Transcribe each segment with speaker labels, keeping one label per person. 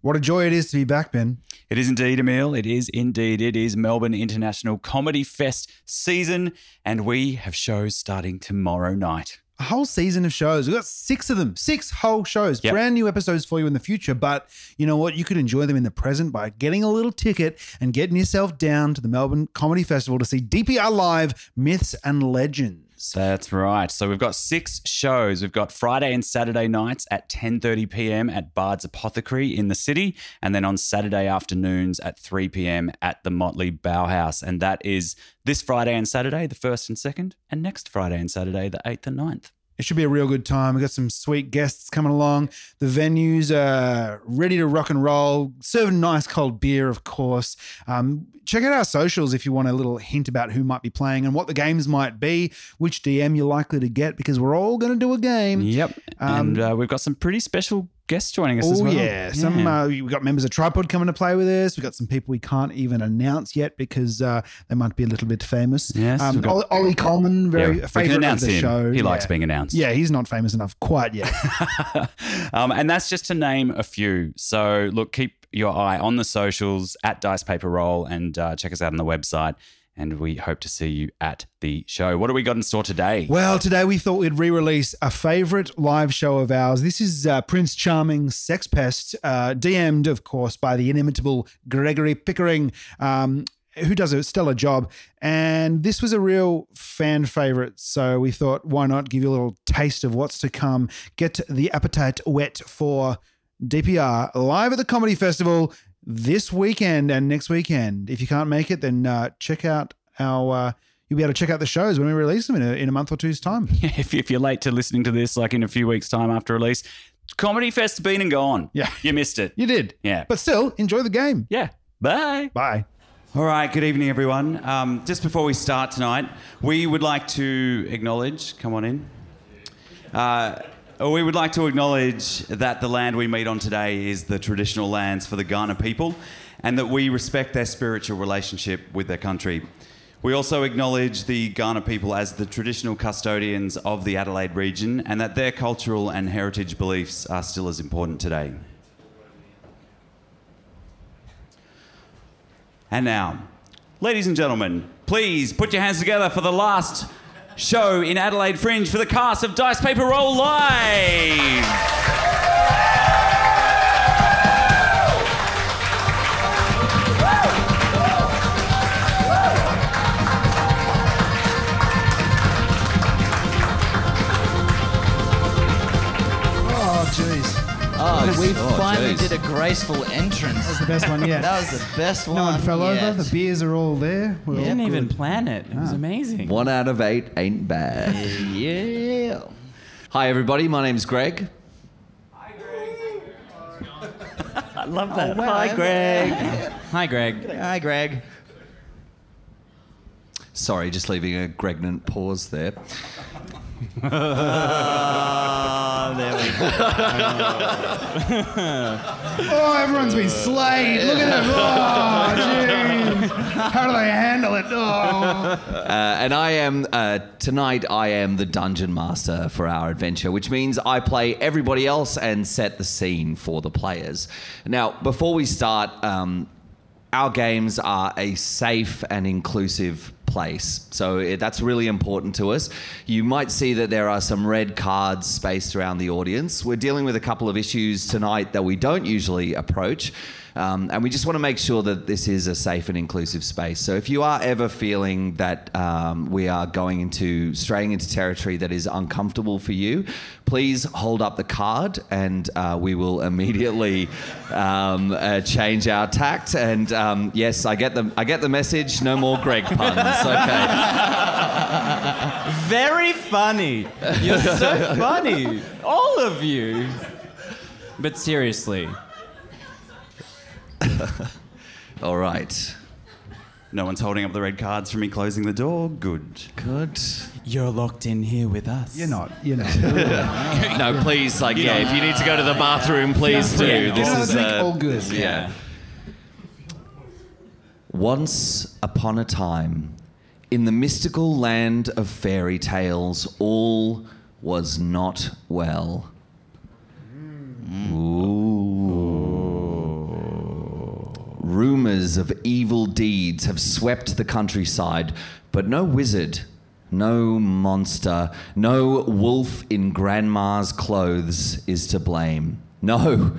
Speaker 1: What a joy it is to be back, Ben.
Speaker 2: It is indeed, Emil. It is indeed. It is Melbourne International Comedy Fest season, and we have shows starting tomorrow night.
Speaker 1: A whole season of shows. We've got six of them, six whole shows,
Speaker 2: Yep.
Speaker 1: brand new episodes for you in the future. But you know what? You could enjoy them in the present by getting a little ticket and getting yourself down to the Melbourne Comedy Festival to see DPR Live Myths and Legends.
Speaker 2: That's right. So we've got six shows. We've got Friday and Saturday nights at 10:30 p.m. at Bard's Apothecary in the city, and then on Saturday afternoons at 3 p.m. at the Motley Bauhaus. And that is this Friday and Saturday, the first and second, and next Friday and Saturday, the eighth and 9th.
Speaker 1: It should be a real good time. We've got some sweet guests coming along. The venues are ready to rock and roll, serving nice cold beer, of course. Um, check out our socials if you want a little hint about who might be playing and what the games might be, which DM you're likely to get, because we're all going to do a game.
Speaker 2: Yep. and uh, we've got some pretty special guests joining us as
Speaker 1: Oh
Speaker 2: well.
Speaker 1: yeah. some uh, we got members of Tripod coming to play with us. We've got some people we can't even announce yet because uh, they might be a little bit famous.
Speaker 2: Yes,
Speaker 1: um,
Speaker 2: we've got-
Speaker 1: Ollie- Ollie Coleman,
Speaker 2: Yeah,
Speaker 1: very
Speaker 2: we
Speaker 1: a
Speaker 2: can
Speaker 1: favorite of
Speaker 2: announce
Speaker 1: the
Speaker 2: him.
Speaker 1: show.
Speaker 2: He likes
Speaker 1: Yeah.
Speaker 2: being announced.
Speaker 1: Yeah, he's not famous enough quite yet.
Speaker 2: um, and that's just to name a few. So, look, keep your eye on the socials at Dice Paper Roll and uh, check us out on the website. And we hope to see you at the show. What do we got in store today?
Speaker 1: Well, today we thought we'd re-release a favorite live show of ours. This is uh, Prince Charming's Sex Pest, uh, DM'd, of course, by the inimitable Gregory Pickering, um, who does a stellar job. And this was a real fan favorite, so we thought, why not give you a little taste of what's to come? Get the appetite wet for DPR live at the Comedy Festival this weekend and next weekend. If you can't make it, then uh, check out our. Uh, you'll be able to check out the shows when we release them in a, in a month or two's time.
Speaker 2: if, if you're late to listening to this, like in a few weeks' time after release, Comedy Fest been and gone.
Speaker 1: Yeah.
Speaker 2: You missed it.
Speaker 1: You did.
Speaker 2: Yeah.
Speaker 1: But still, enjoy the game.
Speaker 2: yeah. Bye.
Speaker 1: Bye.
Speaker 2: All right, good evening, everyone. Um, just before we start tonight, we would like to acknowledge, come on in. Uh, we would like to acknowledge that the land we meet on today is the traditional lands for the Ghana people and that we respect their spiritual relationship with their country. We also acknowledge the Ghana people as the traditional custodians of the Adelaide region and that their cultural and heritage beliefs are still as important today. And now, ladies and gentlemen, please put your hands together for the last show in Adelaide Fringe for the cast of Dice Paper Roll Live.
Speaker 1: Oh, jeez.
Speaker 3: Oh, we
Speaker 2: Oh,
Speaker 3: finally
Speaker 2: jeez.
Speaker 3: did a graceful entrance.
Speaker 1: The best one yet.
Speaker 3: That was the best one.
Speaker 1: no one fell
Speaker 3: yet.
Speaker 1: over. The beers are all there. We're all
Speaker 3: Didn't
Speaker 1: good.
Speaker 2: plan it. It was amazing.
Speaker 4: One out of eight ain't bad.
Speaker 3: Yeah.
Speaker 4: Hi, everybody. My name's Greg.
Speaker 2: I love that.
Speaker 3: wow.
Speaker 2: Hi, Greg. Hi, Greg.
Speaker 3: Hi, Greg.
Speaker 4: Sorry, just leaving a pregnant pause there.
Speaker 3: Ah,
Speaker 1: Oh, everyone's been slayed. Look at them. Oh, jeez. How do they handle it? Oh.
Speaker 4: Uh, and I am, uh, tonight, I am the dungeon master for our adventure, which means I play everybody else and set the scene for the players. Now, before we start, um, our games are a safe and inclusive place. So it- that's really important to us. You might see that there are some red cards spaced around the audience. We're dealing with a couple of issues tonight that we don't usually approach. Um, and we just want to make sure that this is a safe and inclusive space. So if you are ever feeling that um, we are going into straying into territory that is uncomfortable for you, please hold up the card and uh, we will immediately um, uh, change our tact. And um, yes, I get the I get the message. No more Greg puns. Okay.
Speaker 5: Very funny. You're so funny. All of you. But seriously,
Speaker 4: All right.
Speaker 2: No one's holding up the red cards for me closing the door. Good.
Speaker 4: Good.
Speaker 5: you're locked in here with us.
Speaker 1: You're not. You're not.
Speaker 4: No, please. Like, yeah, if you need to go to the bathroom, please do.
Speaker 5: free.
Speaker 4: This
Speaker 1: Another
Speaker 4: is
Speaker 1: drink,
Speaker 4: uh,
Speaker 1: all good.
Speaker 4: yeah. Once upon a time, in the mystical land of fairy tales, all was not well. Ooh. rumors of evil deeds have swept the countryside, but no wizard, no monster, no wolf in grandma's clothes is to blame. No,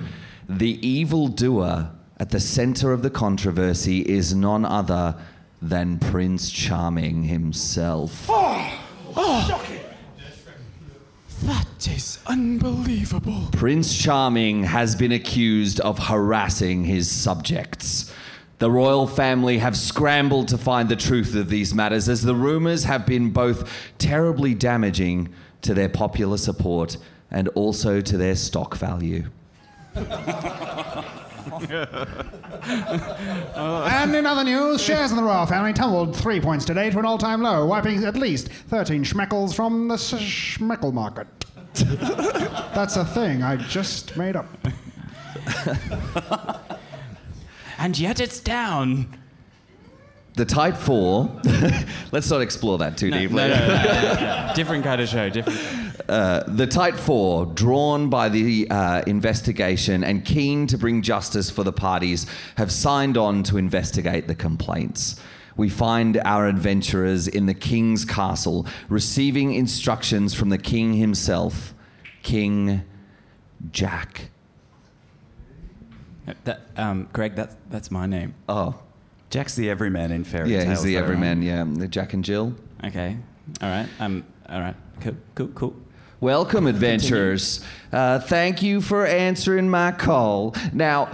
Speaker 4: the evil doer at the center of the controversy is none other than Prince Charming himself.
Speaker 5: That is unbelievable.
Speaker 4: Prince Charming has been accused of harassing his subjects. The royal family have scrambled to find the truth of these matters as the rumors have been both terribly damaging to their popular support and also to their stock value.
Speaker 1: And in other news, shares in the royal family tumbled three points today to an all-time low, wiping at least 13 schmeckles from the sh- schmeckle market. That's a thing I just made up.
Speaker 5: And yet it's down.
Speaker 4: The Type 4, let's not explore that too deeply.
Speaker 5: Different kind of show. Different.
Speaker 4: The Type 4, drawn by the uh, investigation and keen to bring justice for the parties, have signed on to investigate the complaints. We find our adventurers in the King's castle receiving instructions from the King himself, King Jack.
Speaker 5: That, um, Greg, that's that's my name.
Speaker 4: Oh,
Speaker 2: Jack's the everyman in fairy
Speaker 4: yeah,
Speaker 2: tales. eh?
Speaker 4: he's the
Speaker 2: though,
Speaker 4: everyman, yeah. The Jack and Jill.
Speaker 5: Okay. All right. Um. All right. Cool. Cool. Cool.
Speaker 4: Welcome, adventurers. Uh, thank you for answering my call. Now,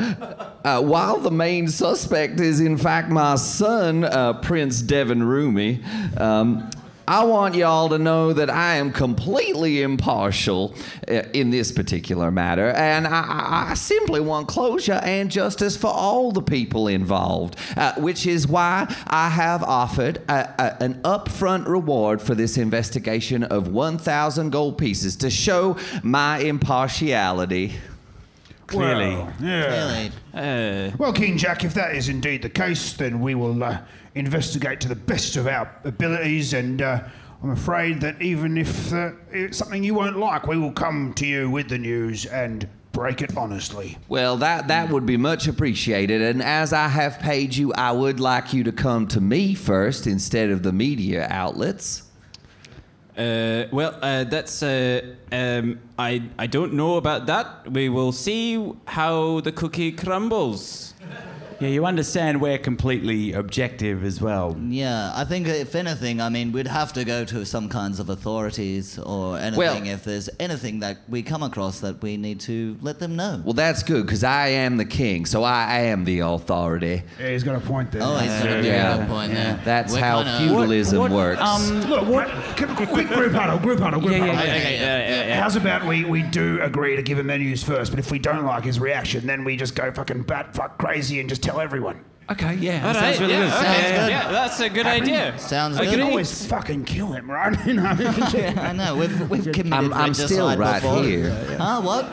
Speaker 4: uh, while the main suspect is, in fact, my son, uh, Prince Devon Rumi, um, I want y'all to know that I am completely impartial uh, in this particular matter, and I- I, I simply want closure and justice for all the people involved, uh, which is why I have offered a, a- an upfront reward for this investigation of 1,000 gold pieces to show my impartiality.
Speaker 2: Clearly.
Speaker 3: Really?
Speaker 5: Uh,
Speaker 6: Well, King Jack, if that is indeed the case, then we will uh, investigate to the best of our abilities, and uh, I'm afraid that even if uh, it's something you won't like, we will come to you with the news and break it honestly.
Speaker 4: Well, that, that would be much appreciated. And as I have paid you, I would like you to come to me first instead of the media outlets.
Speaker 5: uh, well, uh, that's. Uh, um, I I don't know about that. We will see how the cookie crumbles.
Speaker 2: Yeah, you understand we're completely objective as well.
Speaker 3: Yeah, I think if anything, I mean, we'd have to go to some kinds of authorities or anything
Speaker 4: Well-
Speaker 3: if there's anything that we come across that we need to let them know.
Speaker 4: Well, that's good because I am the king, so I am the authority.
Speaker 6: Yeah, he's got a point there.
Speaker 3: oh, he's got a
Speaker 4: Yeah.
Speaker 3: very good point there.
Speaker 4: That's
Speaker 3: We're
Speaker 4: how
Speaker 3: kinda-
Speaker 4: feudalism works.
Speaker 6: Look, what? Can, quick group huddle, group huddle, group huddle.
Speaker 5: um, Okay, Oh. yeah, yeah, yeah.
Speaker 6: How's about we, we do agree to give him the news first, but if we don't like his reaction, then we just go fucking bat fuck crazy and just tell everyone.
Speaker 2: Okay, yeah.
Speaker 5: All
Speaker 2: that
Speaker 5: right.
Speaker 2: sounds really
Speaker 5: yeah,
Speaker 2: good.
Speaker 5: okay,
Speaker 3: Sounds good.
Speaker 5: yeah, that's a good idea.
Speaker 3: Sounds
Speaker 5: Agreed.
Speaker 3: good.
Speaker 6: Always fucking kill him, right? You know?
Speaker 3: I know, we've, we've committed
Speaker 4: I'm, I'm
Speaker 3: regicide
Speaker 4: still right
Speaker 3: before.
Speaker 4: here.
Speaker 3: Huh, what?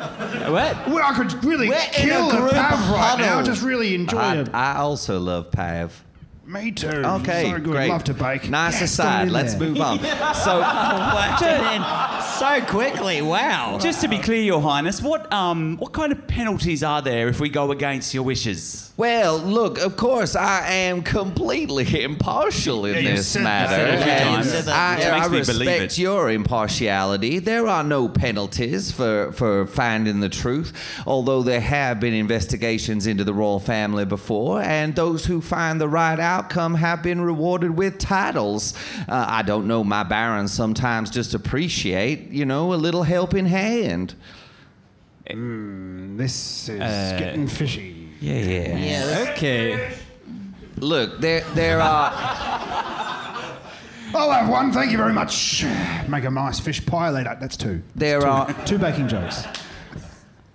Speaker 5: What?
Speaker 6: Well, I could really
Speaker 3: We're in
Speaker 6: kill
Speaker 3: a
Speaker 6: a,
Speaker 3: group
Speaker 6: pav right now.
Speaker 3: huddle.
Speaker 6: Just really enjoy
Speaker 4: I,
Speaker 6: it.
Speaker 4: I also love Pav.
Speaker 6: Me too.
Speaker 4: Okay,
Speaker 6: so good.
Speaker 4: great.
Speaker 6: Love to bake.
Speaker 4: Nice aside.
Speaker 1: in
Speaker 4: Let's
Speaker 1: there.
Speaker 4: move on. So,
Speaker 3: so quickly, wow.
Speaker 2: Just to be clear, Your Highness, what um what kind of penalties are there if we go against your wishes?
Speaker 4: well, look. Of course, I am completely impartial in
Speaker 6: Yeah, you
Speaker 4: this
Speaker 6: said that
Speaker 4: matter.
Speaker 6: a few
Speaker 4: and
Speaker 2: times. You
Speaker 3: said that.
Speaker 4: I,
Speaker 2: It
Speaker 4: I
Speaker 2: makes me believe
Speaker 4: respect
Speaker 2: it.
Speaker 4: your impartiality. There are no penalties for, for finding the truth, although there have been investigations into the royal family before, and those who find the right outcome have been rewarded with titles. Uh, I don't know, my barons sometimes just appreciate, you know, a little helping hand.
Speaker 6: This is getting fishy.
Speaker 4: Yeah, yeah.
Speaker 3: Yeah, that's-
Speaker 5: Okay.
Speaker 4: Look, there, there are.
Speaker 6: I'll Oh, have one. Thank you very much. Make a nice fish pie later. That's two.
Speaker 4: There are
Speaker 6: Uh, Two baking jokes.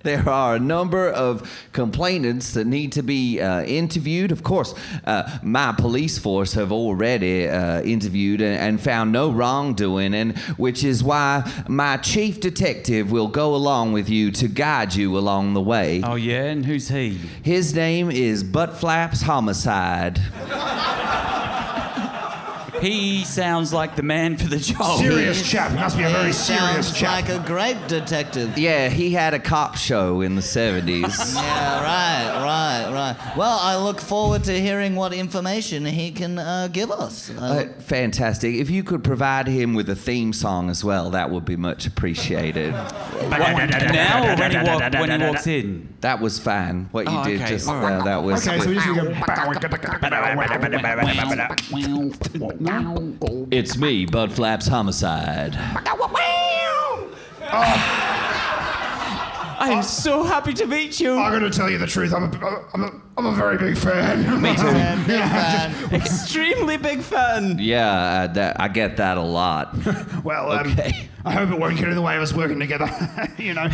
Speaker 4: There are a number of complainants that need to be uh, interviewed. Of course, uh, my police force have already uh, interviewed and, and found no wrongdoing, and which is why my chief detective will go along with you to guide you along the way.
Speaker 2: Oh yeah, and who's he?
Speaker 4: His name is Butt Flaps Homicide.
Speaker 2: He sounds like the man for the job.
Speaker 6: serious chap. Must be a very
Speaker 3: He
Speaker 6: serious
Speaker 3: sounds
Speaker 6: chap.
Speaker 3: like a great detective.
Speaker 4: Yeah, he had a cop show in the 70s.
Speaker 3: Yeah, right, right, Uh, well, I look forward to hearing what information he can uh, give us.
Speaker 4: Uh,
Speaker 3: Uh,
Speaker 4: fantastic. If you could provide him with a theme song as well, that would be much appreciated.
Speaker 2: now or when he, walk, when he walks in?
Speaker 4: That was fine. What you
Speaker 2: Oh,
Speaker 4: did
Speaker 2: okay.
Speaker 4: just
Speaker 2: All right.
Speaker 4: uh, that was.
Speaker 1: Okay, so we just need to
Speaker 4: it's me, Bud Flaps Homicide.
Speaker 5: I'm so happy to meet you.
Speaker 6: I'm going to tell you the truth. I'm a, I'm a, I'm a very big fan. Me too.
Speaker 3: and big fan.
Speaker 5: Extremely big fan.
Speaker 4: Yeah, uh, that, I get that a lot.
Speaker 6: Well, um,
Speaker 4: Okay.
Speaker 6: I hope it won't get in the way of us working together. you know,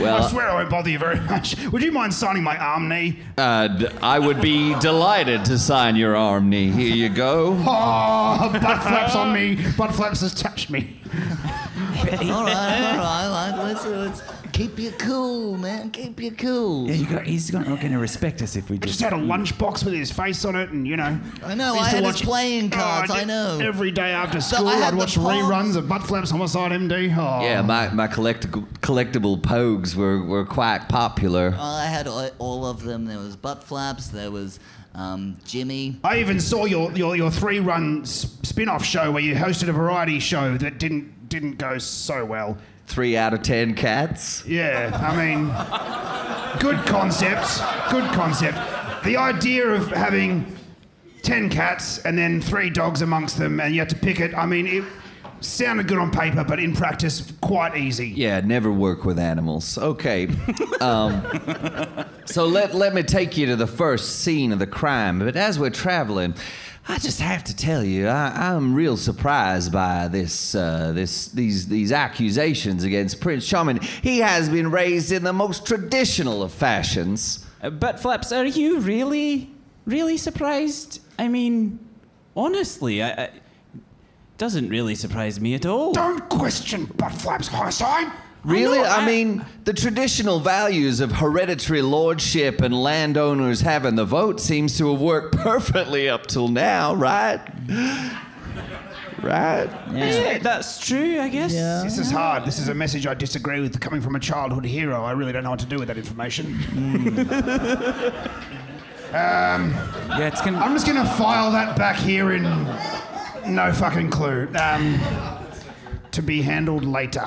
Speaker 4: Well-
Speaker 6: I swear I won't bother you very much. Would you mind signing my arm knee?
Speaker 4: Uh, d- I would be delighted to sign your arm knee. Here you go.
Speaker 6: Oh, butt flaps on me. Butt flaps has touched me.
Speaker 3: all right, all right. Like, let's, let's keep you cool, man. Keep you cool.
Speaker 2: he's not going to respect us if we
Speaker 6: Just
Speaker 2: just.
Speaker 6: had a lunchbox with his face on it, and you know.
Speaker 3: I know,
Speaker 6: used
Speaker 3: I
Speaker 6: to
Speaker 3: had his
Speaker 6: watch- Oh,
Speaker 3: playing cards,
Speaker 6: did-
Speaker 3: I know.
Speaker 6: Every day after school,
Speaker 3: I had
Speaker 6: I'd
Speaker 3: the
Speaker 6: watch
Speaker 3: palms.
Speaker 6: reruns of Butt Flaps Homicide MD. Oh.
Speaker 4: Yeah, my, my collect- collectible pogues were, were quite popular.
Speaker 3: Well, I had all all of them. There was butt flaps. There was um, Jimmy.
Speaker 6: I even saw your, your, your three run spin off show where you hosted a variety show that didn't didn't go so well.
Speaker 4: Three out of ten cats.
Speaker 6: Yeah, I mean, good concept. Good concept. The idea of having 10 cats and then three dogs amongst them and you had to pick it, I mean, it sounded good on paper, but in practice, quite easy.
Speaker 4: Yeah, never work with animals. Okay. Um, so let, let me take you to the first scene of the crime. But as we're traveling, I just have to tell you, I, I'm real surprised by this, uh, this, these, these accusations against Prince Charming. He has been raised in the most traditional of fashions.
Speaker 5: Uh, but Flaps, are you really, really surprised? I mean, honestly, I, I doesn't really surprise me at all.
Speaker 6: Don't question Butt Flaps High Side.
Speaker 4: Really?
Speaker 5: know,
Speaker 4: I,
Speaker 5: I-
Speaker 4: mean, the traditional values of hereditary lordship and landowners having the vote seems to have worked perfectly up till now, right? right?
Speaker 5: Yeah, that's true, I guess.
Speaker 6: This is hard. This is a message I disagree with coming from a childhood hero. I really don't know what to do with that information.
Speaker 2: Yeah, it's going
Speaker 6: I'm just gonna file that back here in no fucking clue. Um, to be handled later.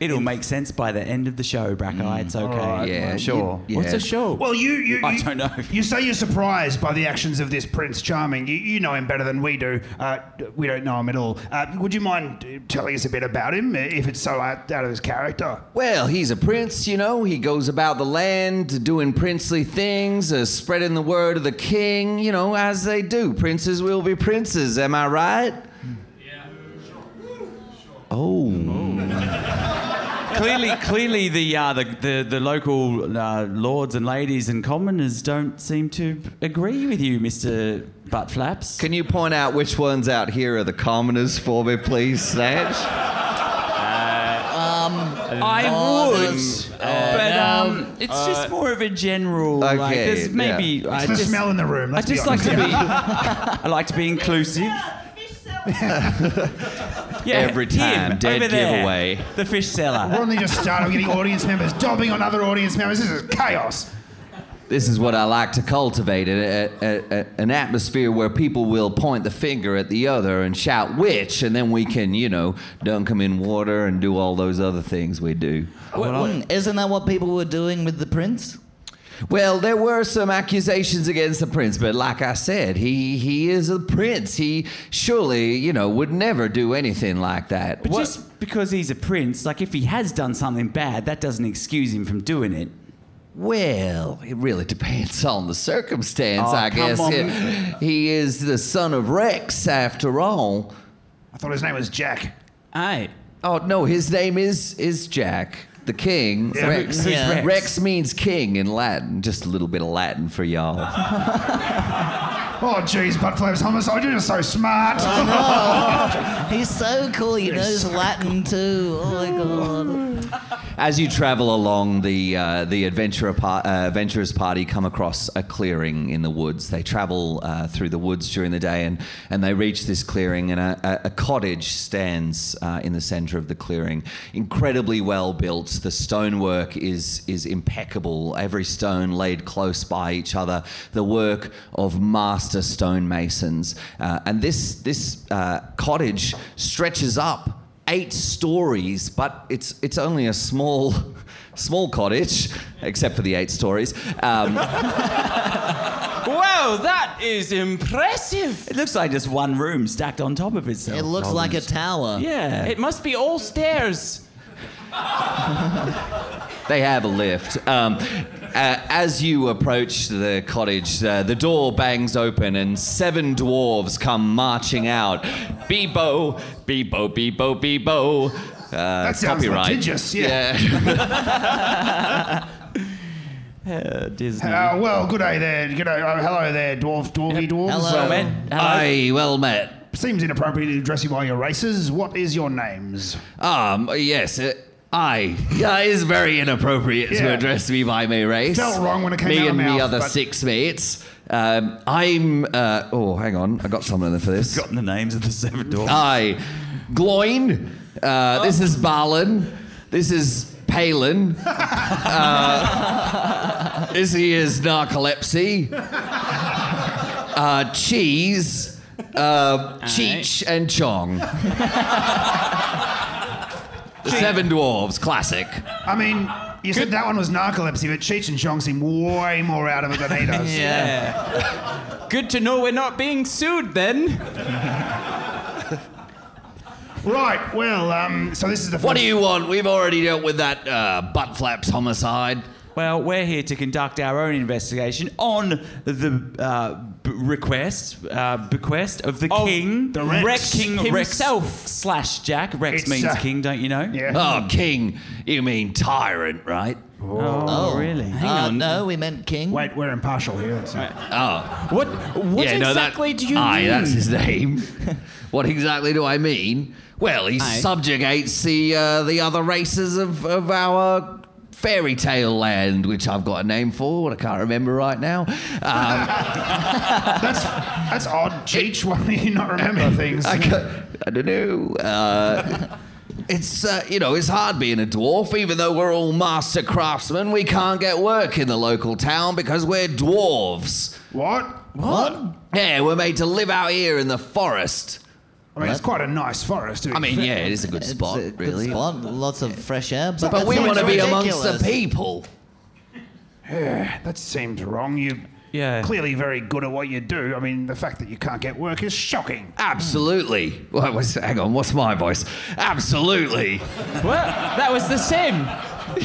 Speaker 2: It'll make sense by the end of the show, Brackeye. it's okay.
Speaker 4: Yeah, you-
Speaker 2: sure.
Speaker 4: yeah.
Speaker 5: What's a show?
Speaker 6: Well, you, you,
Speaker 2: I
Speaker 6: you-
Speaker 2: don't know.
Speaker 6: You say you're surprised by the actions of this Prince Charming. You, you know him better than we do. Uh, we don't know him at all. Uh, would you mind telling us a bit about him, if it's so out, out of his character?
Speaker 4: Well, he's a prince, you know. He goes about the land doing princely things, uh, spreading the word of the king, you know, as they do. Princes will be princes, am I right? Oh.
Speaker 2: clearly, clearly, the, uh, the the the local uh, lords and ladies and commoners don't seem to agree with you, Mister Butt Flaps.
Speaker 4: Can you point out which ones out here are the commoners for me, please, Snatch?
Speaker 2: I
Speaker 3: Oh,
Speaker 2: would,
Speaker 3: there's-
Speaker 2: but um, it's just more of a general. like,
Speaker 4: okay,
Speaker 2: there's maybe I
Speaker 6: It's the
Speaker 2: just,
Speaker 6: smell in the room.
Speaker 2: I
Speaker 6: Let's be
Speaker 2: just like
Speaker 6: honest.
Speaker 2: to be. I like to be inclusive. Yeah,
Speaker 4: Every time,
Speaker 2: him,
Speaker 4: dead
Speaker 2: over there,
Speaker 4: giveaway.
Speaker 2: The fish seller.
Speaker 6: Why don't they just start? I'm getting audience members dobbing on other audience members. This is chaos.
Speaker 4: This is what I like to cultivate a, a, a, an atmosphere where people will point the finger at the other and shout, which, and then we can, you know, dunk them in water and do all those other things we do.
Speaker 3: Mm, Isn't that what people were doing with the prince?
Speaker 4: Well, there were some accusations against the prince, but like I said, he, he is a prince. He surely, you know, would never do anything like that.
Speaker 2: But just because he's a prince, like if he has done something bad, that doesn't excuse him from doing it.
Speaker 4: Well, it really depends on the circumstance,
Speaker 2: Oh,
Speaker 4: I
Speaker 2: come
Speaker 4: guess.
Speaker 2: on.
Speaker 4: He- he is the son of Rex, after all.
Speaker 6: I thought his name was Jack.
Speaker 5: Aye.
Speaker 4: Oh no, his name is is Jack the King.
Speaker 6: Yeah,
Speaker 4: Rex.
Speaker 3: who's Yeah.
Speaker 4: Rex.
Speaker 3: Rex?
Speaker 4: means king in Latin. Just a little bit of Latin for y'all.
Speaker 6: Oh, jeez, butt flaps homicide. You're just so smart.
Speaker 3: He's so cool. He knows Latin too. Oh my god.
Speaker 4: As you travel along, the uh, the adventurer par- uh, adventurers party come across a clearing in the woods. They travel uh, through the woods during the day, and and they reach this clearing, and a, a a cottage stands uh, in the centre of the clearing, incredibly well built. The stonework is is impeccable. Every stone laid close by each other. The work of master stonemasons, uh, and this this uh, cottage stretches up eight stories, but it's it's only a small small cottage, except for the eight stories. Um,
Speaker 2: Wow, that is impressive. It looks like just one room stacked on top of itself.
Speaker 3: It looks like a tower.
Speaker 2: Yeah.
Speaker 5: It must be all stairs.
Speaker 4: they have a lift. Um, uh, as you approach the cottage, uh, the door bangs open and seven dwarves come marching out. Bebo, Bebo, Bebo, Bebo. Uh,
Speaker 6: That sounds
Speaker 4: copyright.
Speaker 6: litigious, yeah.
Speaker 4: yeah.
Speaker 2: Uh, Disney.
Speaker 6: Uh, well, good day there. Good day. Oh, hello there, dwarf, dwarfy dwarves.
Speaker 3: Hello.
Speaker 6: Uh,
Speaker 2: man. Hello.
Speaker 4: Aye, well met.
Speaker 6: Seems inappropriate to address you by your races. What is your names?
Speaker 4: Um, yes, uh, I. Yeah, it is very inappropriate
Speaker 6: Yeah.
Speaker 4: to address me by my race.
Speaker 6: Felt wrong when it came
Speaker 4: me
Speaker 6: out of
Speaker 4: and
Speaker 6: mouth,
Speaker 4: the other
Speaker 6: but-
Speaker 4: six mates. Um, I'm. Uh, oh, hang on, I got something for this.
Speaker 2: Forgotten the names of the seven doors.
Speaker 4: I, Gloin. Uh, This is Balin. This is Palin. Uh, this here is narcolepsy. Uh, cheese. Uh, Cheech and Chong. the Seven Dwarves, classic.
Speaker 6: I mean, you said that one was narcolepsy, but Cheech and Chong seem way more out of it than he does.
Speaker 5: Good to know we're not being sued then.
Speaker 6: Right. Well, um, so this is the.
Speaker 4: What
Speaker 6: first-
Speaker 4: do you want? We've already dealt with that uh, butt flaps homicide.
Speaker 2: Well, we're here to conduct our own investigation on the uh, b- request, uh, bequest of the
Speaker 5: Of
Speaker 2: king,
Speaker 6: the Rex
Speaker 2: King
Speaker 5: himself.
Speaker 2: Rex slash Jack. Rex
Speaker 6: It's,
Speaker 2: means
Speaker 6: uh,
Speaker 2: king, don't you know?
Speaker 6: Yeah.
Speaker 4: Oh, king, you mean tyrant, right?
Speaker 2: Oh, really? Hang
Speaker 3: Uh,
Speaker 2: on.
Speaker 3: No, we meant king.
Speaker 6: Wait, we're impartial here. that's it.
Speaker 4: Oh.
Speaker 5: What? What
Speaker 4: Yeah, no, that-
Speaker 5: exactly do you
Speaker 4: Aye,
Speaker 5: mean?
Speaker 4: that's his name. what exactly do I mean? Well, he
Speaker 5: Aye.
Speaker 4: subjugates the uh, the other races of, of our fairy tale land, which I've got a name for, what I can't remember right now. Um,
Speaker 6: That's that's odd. Cheech, why do you not remember things?
Speaker 4: I, ca- I don't know. Uh, it's uh, you know it's hard being a dwarf. Even though we're all master craftsmen, we can't get work in the local town because we're dwarves.
Speaker 6: What?
Speaker 3: What?
Speaker 4: Yeah, we're made to live out here in the forest.
Speaker 6: I mean, it's quite a nice forest.
Speaker 4: I mean, yeah, it is a good
Speaker 3: It's
Speaker 4: spot,
Speaker 3: a good
Speaker 4: really.
Speaker 3: spot, Lots of fresh air. But,
Speaker 4: But
Speaker 3: that
Speaker 4: we
Speaker 3: seems
Speaker 4: want to be amongst
Speaker 3: ridiculous.
Speaker 4: the people.
Speaker 6: that seems wrong. You.
Speaker 2: Yeah.
Speaker 6: Clearly, very good at what you do. I mean, the fact that you can't get work is shocking.
Speaker 4: Absolutely. Well, was, hang on, what's my voice? Absolutely.
Speaker 5: Well, that was the same.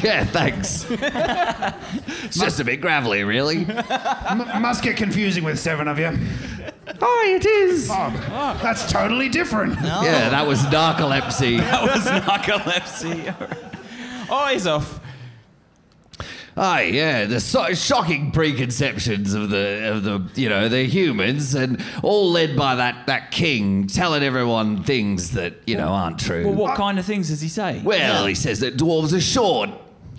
Speaker 4: Yeah, thanks. it's just a bit gravelly, really.
Speaker 6: M- must get confusing with seven of you.
Speaker 4: Oh, it is.
Speaker 6: Oh, that's totally different.
Speaker 3: Oh.
Speaker 4: Yeah, that was narcolepsy.
Speaker 2: That was narcolepsy.
Speaker 5: Eyes off.
Speaker 4: Aye, yeah, the so- shocking preconceptions of the of the you know the humans, and all led by that that king telling everyone things that you know aren't true.
Speaker 2: well,
Speaker 4: Well,
Speaker 6: Uh,
Speaker 2: what kind of things does he say?
Speaker 4: he says that dwarves are short.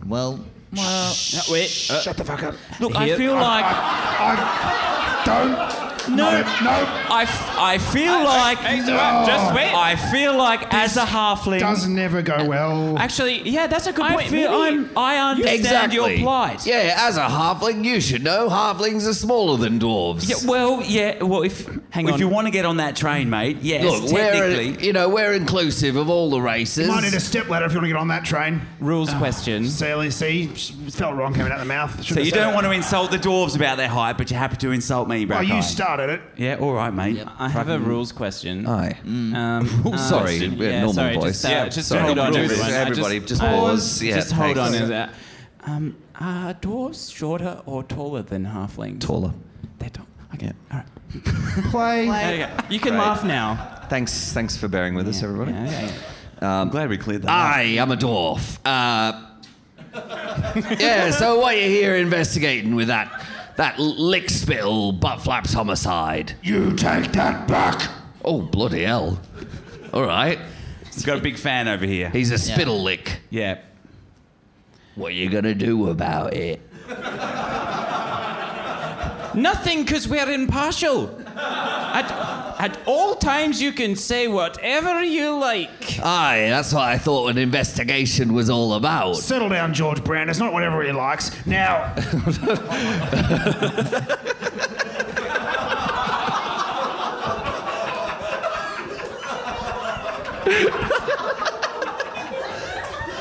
Speaker 3: Well,
Speaker 2: Well, no, wait. Uh,
Speaker 6: Shut the fuck up.
Speaker 2: look, I
Speaker 5: here-
Speaker 2: feel like
Speaker 6: I don't.
Speaker 2: No.
Speaker 6: No.
Speaker 2: I, f- I feel like
Speaker 5: Just wait.
Speaker 2: I feel like as a halfling.
Speaker 6: Does never go well.
Speaker 5: Actually, yeah, that's a good
Speaker 2: I
Speaker 5: point.
Speaker 2: feel
Speaker 5: Maybe-
Speaker 2: I'm, I understand your plight.
Speaker 4: Yeah, as a halfling, you should know halflings are smaller than dwarves.
Speaker 2: Yeah, well, yeah. Well, if
Speaker 5: Hang
Speaker 2: if
Speaker 5: on.
Speaker 2: you want to get on that train, mate, yes,
Speaker 4: Look, we're
Speaker 2: technically.
Speaker 4: you know we're inclusive of all the races.
Speaker 6: Might need a step ladder if you want to get on that train.
Speaker 5: rules question.
Speaker 6: CLEC felt wrong coming out the mouth.
Speaker 2: so you don't want to insult the dwarves about their height, but you're happy to insult me, bro.
Speaker 6: Well, Oh, you started it.
Speaker 2: yeah, all right, mate.
Speaker 5: I have a rules question.
Speaker 4: Aye.
Speaker 5: Um,
Speaker 4: Oh, sorry,
Speaker 5: question.
Speaker 4: we had normal
Speaker 5: sorry,
Speaker 4: voice.
Speaker 5: Just, uh,
Speaker 4: Yeah,
Speaker 5: just
Speaker 4: sorry.
Speaker 5: hold on,
Speaker 4: Rules,
Speaker 5: everyone. I
Speaker 4: everybody,
Speaker 5: just,
Speaker 4: just pause. Yeah,
Speaker 5: just hold on.
Speaker 4: thanks.
Speaker 5: Is that, um, are dwarves shorter or taller than halflings?
Speaker 4: Taller.
Speaker 5: They're tall. Okay, all right.
Speaker 1: Play.
Speaker 5: There you go. You can
Speaker 4: Right.
Speaker 5: laugh now.
Speaker 4: Thanks, thanks for bearing with us, everybody.
Speaker 5: Yeah, yeah, yeah. Um,
Speaker 2: I'm glad we cleared that. up.
Speaker 4: I am a dwarf. Uh, yeah. So what you here investigating with that that lick spittle butt flaps homicide?
Speaker 6: You take that back.
Speaker 4: Oh bloody hell! All right,
Speaker 2: He's Ah, got a big fan over here.
Speaker 4: he's a spittle lick.
Speaker 2: Yeah.
Speaker 4: What you gonna do about it?
Speaker 5: Nothing, because we're impartial. At, at all times, you can say whatever you like.
Speaker 4: Aye, that's what I thought an investigation was all about.
Speaker 6: Settle down, George Brown. It's not whatever he likes. Now,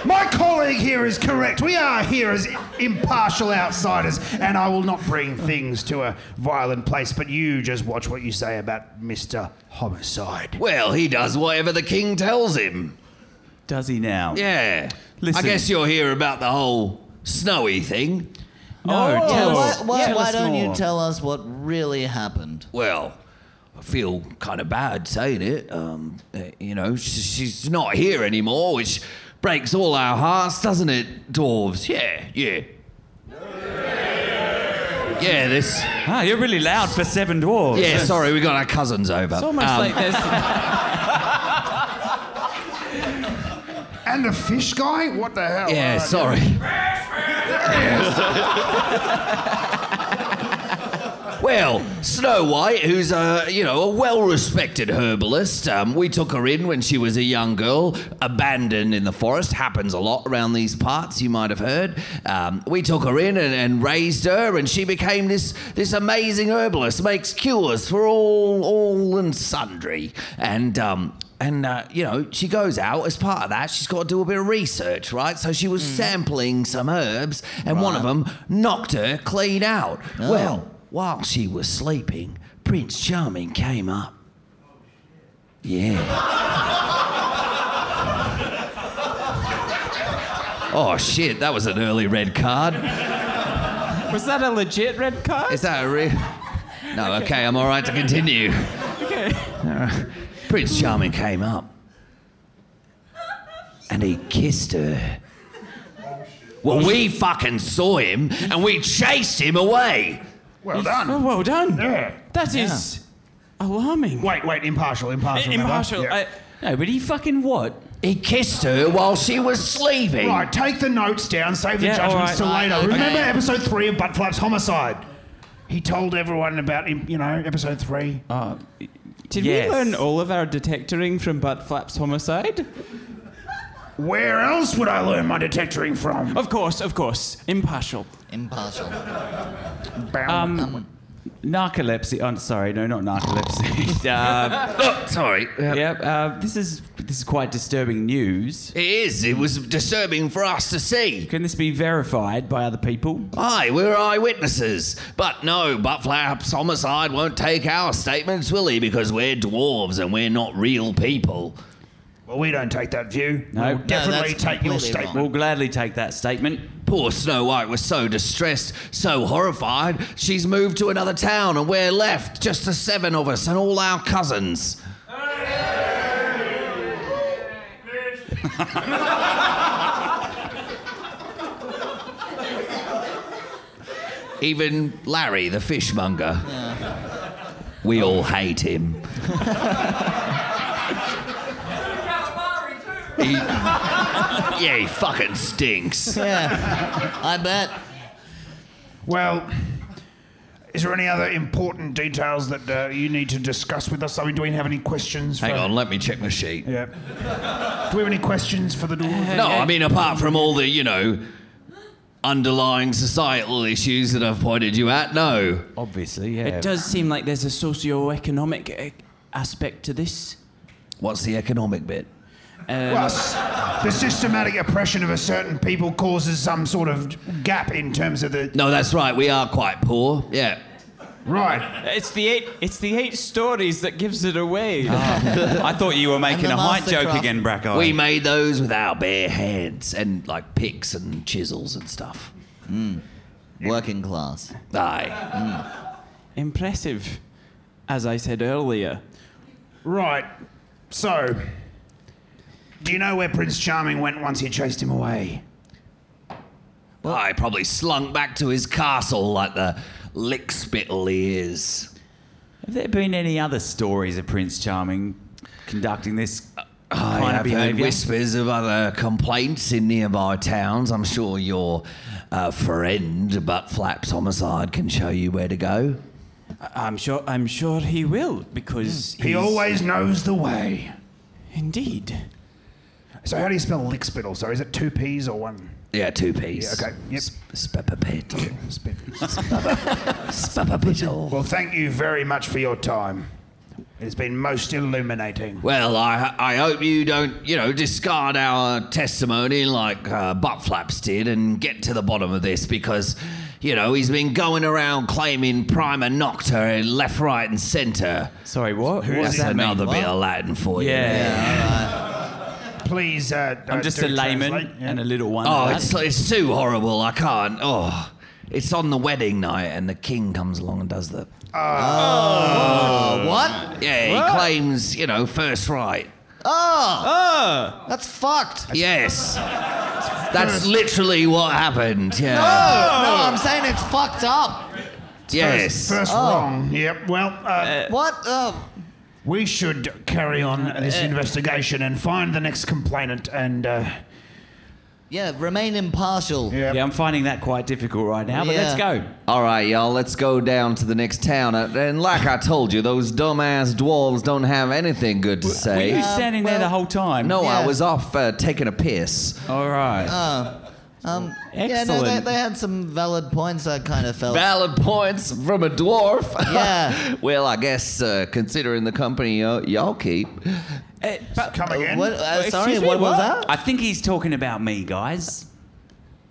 Speaker 6: my colleague here is correct. We are here as impartial outsiders, and I will not bring things to a violent place. But you just watch what you say about Mister Homicide.
Speaker 4: Well, he does whatever the king tells him.
Speaker 2: Does he now?
Speaker 4: Yeah.
Speaker 2: Listen.
Speaker 4: I guess you're here about the whole snowy thing.
Speaker 2: No,
Speaker 3: Yeah,
Speaker 2: Oh, tell
Speaker 3: why
Speaker 2: us-
Speaker 3: why,
Speaker 2: tell
Speaker 3: why
Speaker 2: us
Speaker 3: don't you
Speaker 2: more.
Speaker 3: tell us what really happened?
Speaker 4: Well, I feel kind of bad saying it. Um, uh, you know, sh- she's not here anymore, which breaks all our hearts, doesn't it, dwarves? Yeah, yeah. Yeah, this.
Speaker 2: Ah, you're really loud for seven dwarves.
Speaker 4: Yeah, sorry, we got our cousins over.
Speaker 5: It's almost
Speaker 4: Um,
Speaker 5: like there's.
Speaker 6: And the fish guy? What the hell?
Speaker 4: Yeah,
Speaker 6: Uh,
Speaker 4: sorry. well, Snow White, who's a you know a well-respected herbalist, um, we took her in when she was a young girl, abandoned in the forest. Happens a lot around these parts. You might have heard. Um, we took her in and, and raised her, and she became this this amazing herbalist. Makes cures for all all and sundry, and. Um, and uh, you know she goes out as part of that she's got to do a bit of research right so she was sampling some herbs and one of them knocked her clean out well while she was sleeping prince charming came up yeah oh shit that was an early red card
Speaker 5: Was that a legit red card?
Speaker 4: is that a real? No, okay, I'm all right to continue. Okay. Prince Charming came up and he kissed her. Well, we fucking saw him and we chased him away.
Speaker 6: Well
Speaker 5: Oh,
Speaker 6: done.
Speaker 5: well done.
Speaker 6: Yeah.
Speaker 5: That is alarming.
Speaker 6: Wait, wait. Impartial. Impartial. remember?
Speaker 5: Impartial.
Speaker 6: Yeah.
Speaker 5: I, no, but he fucking what?
Speaker 4: He kissed her while she was sleeping.
Speaker 6: Right, take the notes down, save the
Speaker 5: Yeah, all
Speaker 6: judgments
Speaker 5: right.
Speaker 6: till
Speaker 5: Right,
Speaker 6: later.
Speaker 3: okay.
Speaker 6: Remember episode three of Butt Flaps Homicide? He told everyone about, him, you know, episode three.
Speaker 5: Did
Speaker 2: Yes.
Speaker 5: we learn all of our detectoring from Butt Flaps Homicide?
Speaker 6: Where else would I learn my detectoring from?
Speaker 5: Of course, of course. Impartial.
Speaker 3: Impartial.
Speaker 2: Um, narcolepsy. Oh, sorry, no, not narcolepsy. uh,
Speaker 4: Oh, sorry. Uh,
Speaker 2: yeah, uh, this is this is quite disturbing news.
Speaker 4: It is. It was disturbing for us to see.
Speaker 2: Can this be verified by other people?
Speaker 4: Aye, we're eyewitnesses. But no, Buttflap's homicide won't take our statements, will he? Because we're dwarves and we're not real people.
Speaker 6: Well, we don't take that view.
Speaker 2: No.
Speaker 6: we'll
Speaker 2: No,
Speaker 6: definitely
Speaker 3: that's
Speaker 6: take your
Speaker 3: completely
Speaker 6: statement.
Speaker 2: We'll gladly take that statement.
Speaker 4: Poor Snow White was so distressed, so horrified, she's moved to another town and we're left, just the seven of us and all our cousins. Even Larry, the fishmonger. We all hate him. He, yeah, he fucking stinks.
Speaker 3: Yeah, I bet.
Speaker 6: Well, is there any other important details that uh, you need to discuss with us? I mean, do we have any questions?
Speaker 4: Hang
Speaker 6: for,
Speaker 4: on, let me check my sheet.
Speaker 6: Yeah. Do we have any questions for the dwarves?
Speaker 4: No, I mean, apart from all the, you know, underlying societal issues that I've pointed you at, no.
Speaker 2: Obviously, yeah.
Speaker 5: It does seem like there's a socio-economic eh, aspect to this.
Speaker 4: What's the economic bit?
Speaker 6: Well, s- the systematic oppression of a certain people causes some sort of gap in terms of the.
Speaker 4: No, that's right, we are quite poor. Yeah.
Speaker 6: Right.
Speaker 5: It's the eight. It's the eight stories that gives it away.
Speaker 2: I thought you were making
Speaker 3: the
Speaker 2: a height joke
Speaker 3: Mastercraft.
Speaker 2: again, Bracco.
Speaker 4: We made those with our bare hands and, like, picks and chisels and stuff.
Speaker 3: Working class.
Speaker 4: Aye.
Speaker 5: Impressive, as I said earlier.
Speaker 6: Right. So, do you know where Prince Charming went once you chased him away?
Speaker 4: I probably slunk back to his castle like the lickspittle he is.
Speaker 2: Have there been any other stories of Prince Charming conducting this
Speaker 4: I
Speaker 2: kind of
Speaker 4: have heard
Speaker 2: behaviour.
Speaker 4: whispers of other complaints in nearby towns. I'm sure your uh, friend Butt Flaps Homicide can show you where to go.
Speaker 5: I'm sure. I'm sure he will because
Speaker 6: Hmm. He
Speaker 5: he's-
Speaker 6: always knows the way.
Speaker 5: indeed.
Speaker 6: So how do you spell lickspittle? So is it two P's or one?
Speaker 4: Yeah, two
Speaker 6: Yeah,
Speaker 4: piece.
Speaker 6: okay. Yep.
Speaker 4: Spepapit.
Speaker 6: Spit.
Speaker 4: Spepapit.
Speaker 6: Well, thank you very much for your time. It's been most illuminating.
Speaker 4: Well, I, I hope you don't, you know, discard our testimony like uh, Butt Flaps did and get to the bottom of this because, you know, he's been going around claiming prima nocta left, right, and centre.
Speaker 2: Sorry, what? Who
Speaker 4: That's another bit of Latin for you.
Speaker 2: Yeah.
Speaker 6: Please, uh,
Speaker 2: I'm just a layman and a little one.
Speaker 4: Oh,
Speaker 2: at
Speaker 4: it's, it's too horrible. I can't. Oh, it's on the wedding night, and the king comes along and does the.
Speaker 3: Uh, what?
Speaker 4: Yeah, he claims, you know, first right.
Speaker 3: Oh. That's fucked.
Speaker 4: Yes. That's literally what happened. Yeah.
Speaker 3: No, I'm saying it's fucked up.
Speaker 4: Yes.
Speaker 6: First wrong. Yep. Well, uh,
Speaker 3: What? Oh,
Speaker 6: we should carry on
Speaker 2: uh,
Speaker 6: this investigation and find the next complainant. And uh,
Speaker 3: yeah, remain impartial.
Speaker 2: that. Yeah, I'm finding that quite difficult right now, but
Speaker 5: Oh,
Speaker 3: Yeah.
Speaker 2: let's go.
Speaker 4: All right, y'all, let's go down to the next town. Uh, And like I told you, those dumbass dwarves don't have anything good to
Speaker 2: Were
Speaker 4: say.
Speaker 2: you standing
Speaker 5: Uh,
Speaker 2: there the whole time?
Speaker 4: no, I
Speaker 3: Yeah.
Speaker 4: was off uh, taking a piss.
Speaker 2: All right.
Speaker 5: Uh,
Speaker 3: Um, yeah, no, they,
Speaker 2: Excellent.
Speaker 3: they had some valid points. I kind of felt.
Speaker 4: Valid points from a dwarf.
Speaker 3: Yeah.
Speaker 4: well, I guess uh, considering the company uh, y'all keep.
Speaker 2: Uh, but-
Speaker 6: come again.
Speaker 3: what? Uh,
Speaker 2: Excuse
Speaker 3: sorry,
Speaker 2: me,
Speaker 3: what was that?
Speaker 2: I think he's talking about me, guys.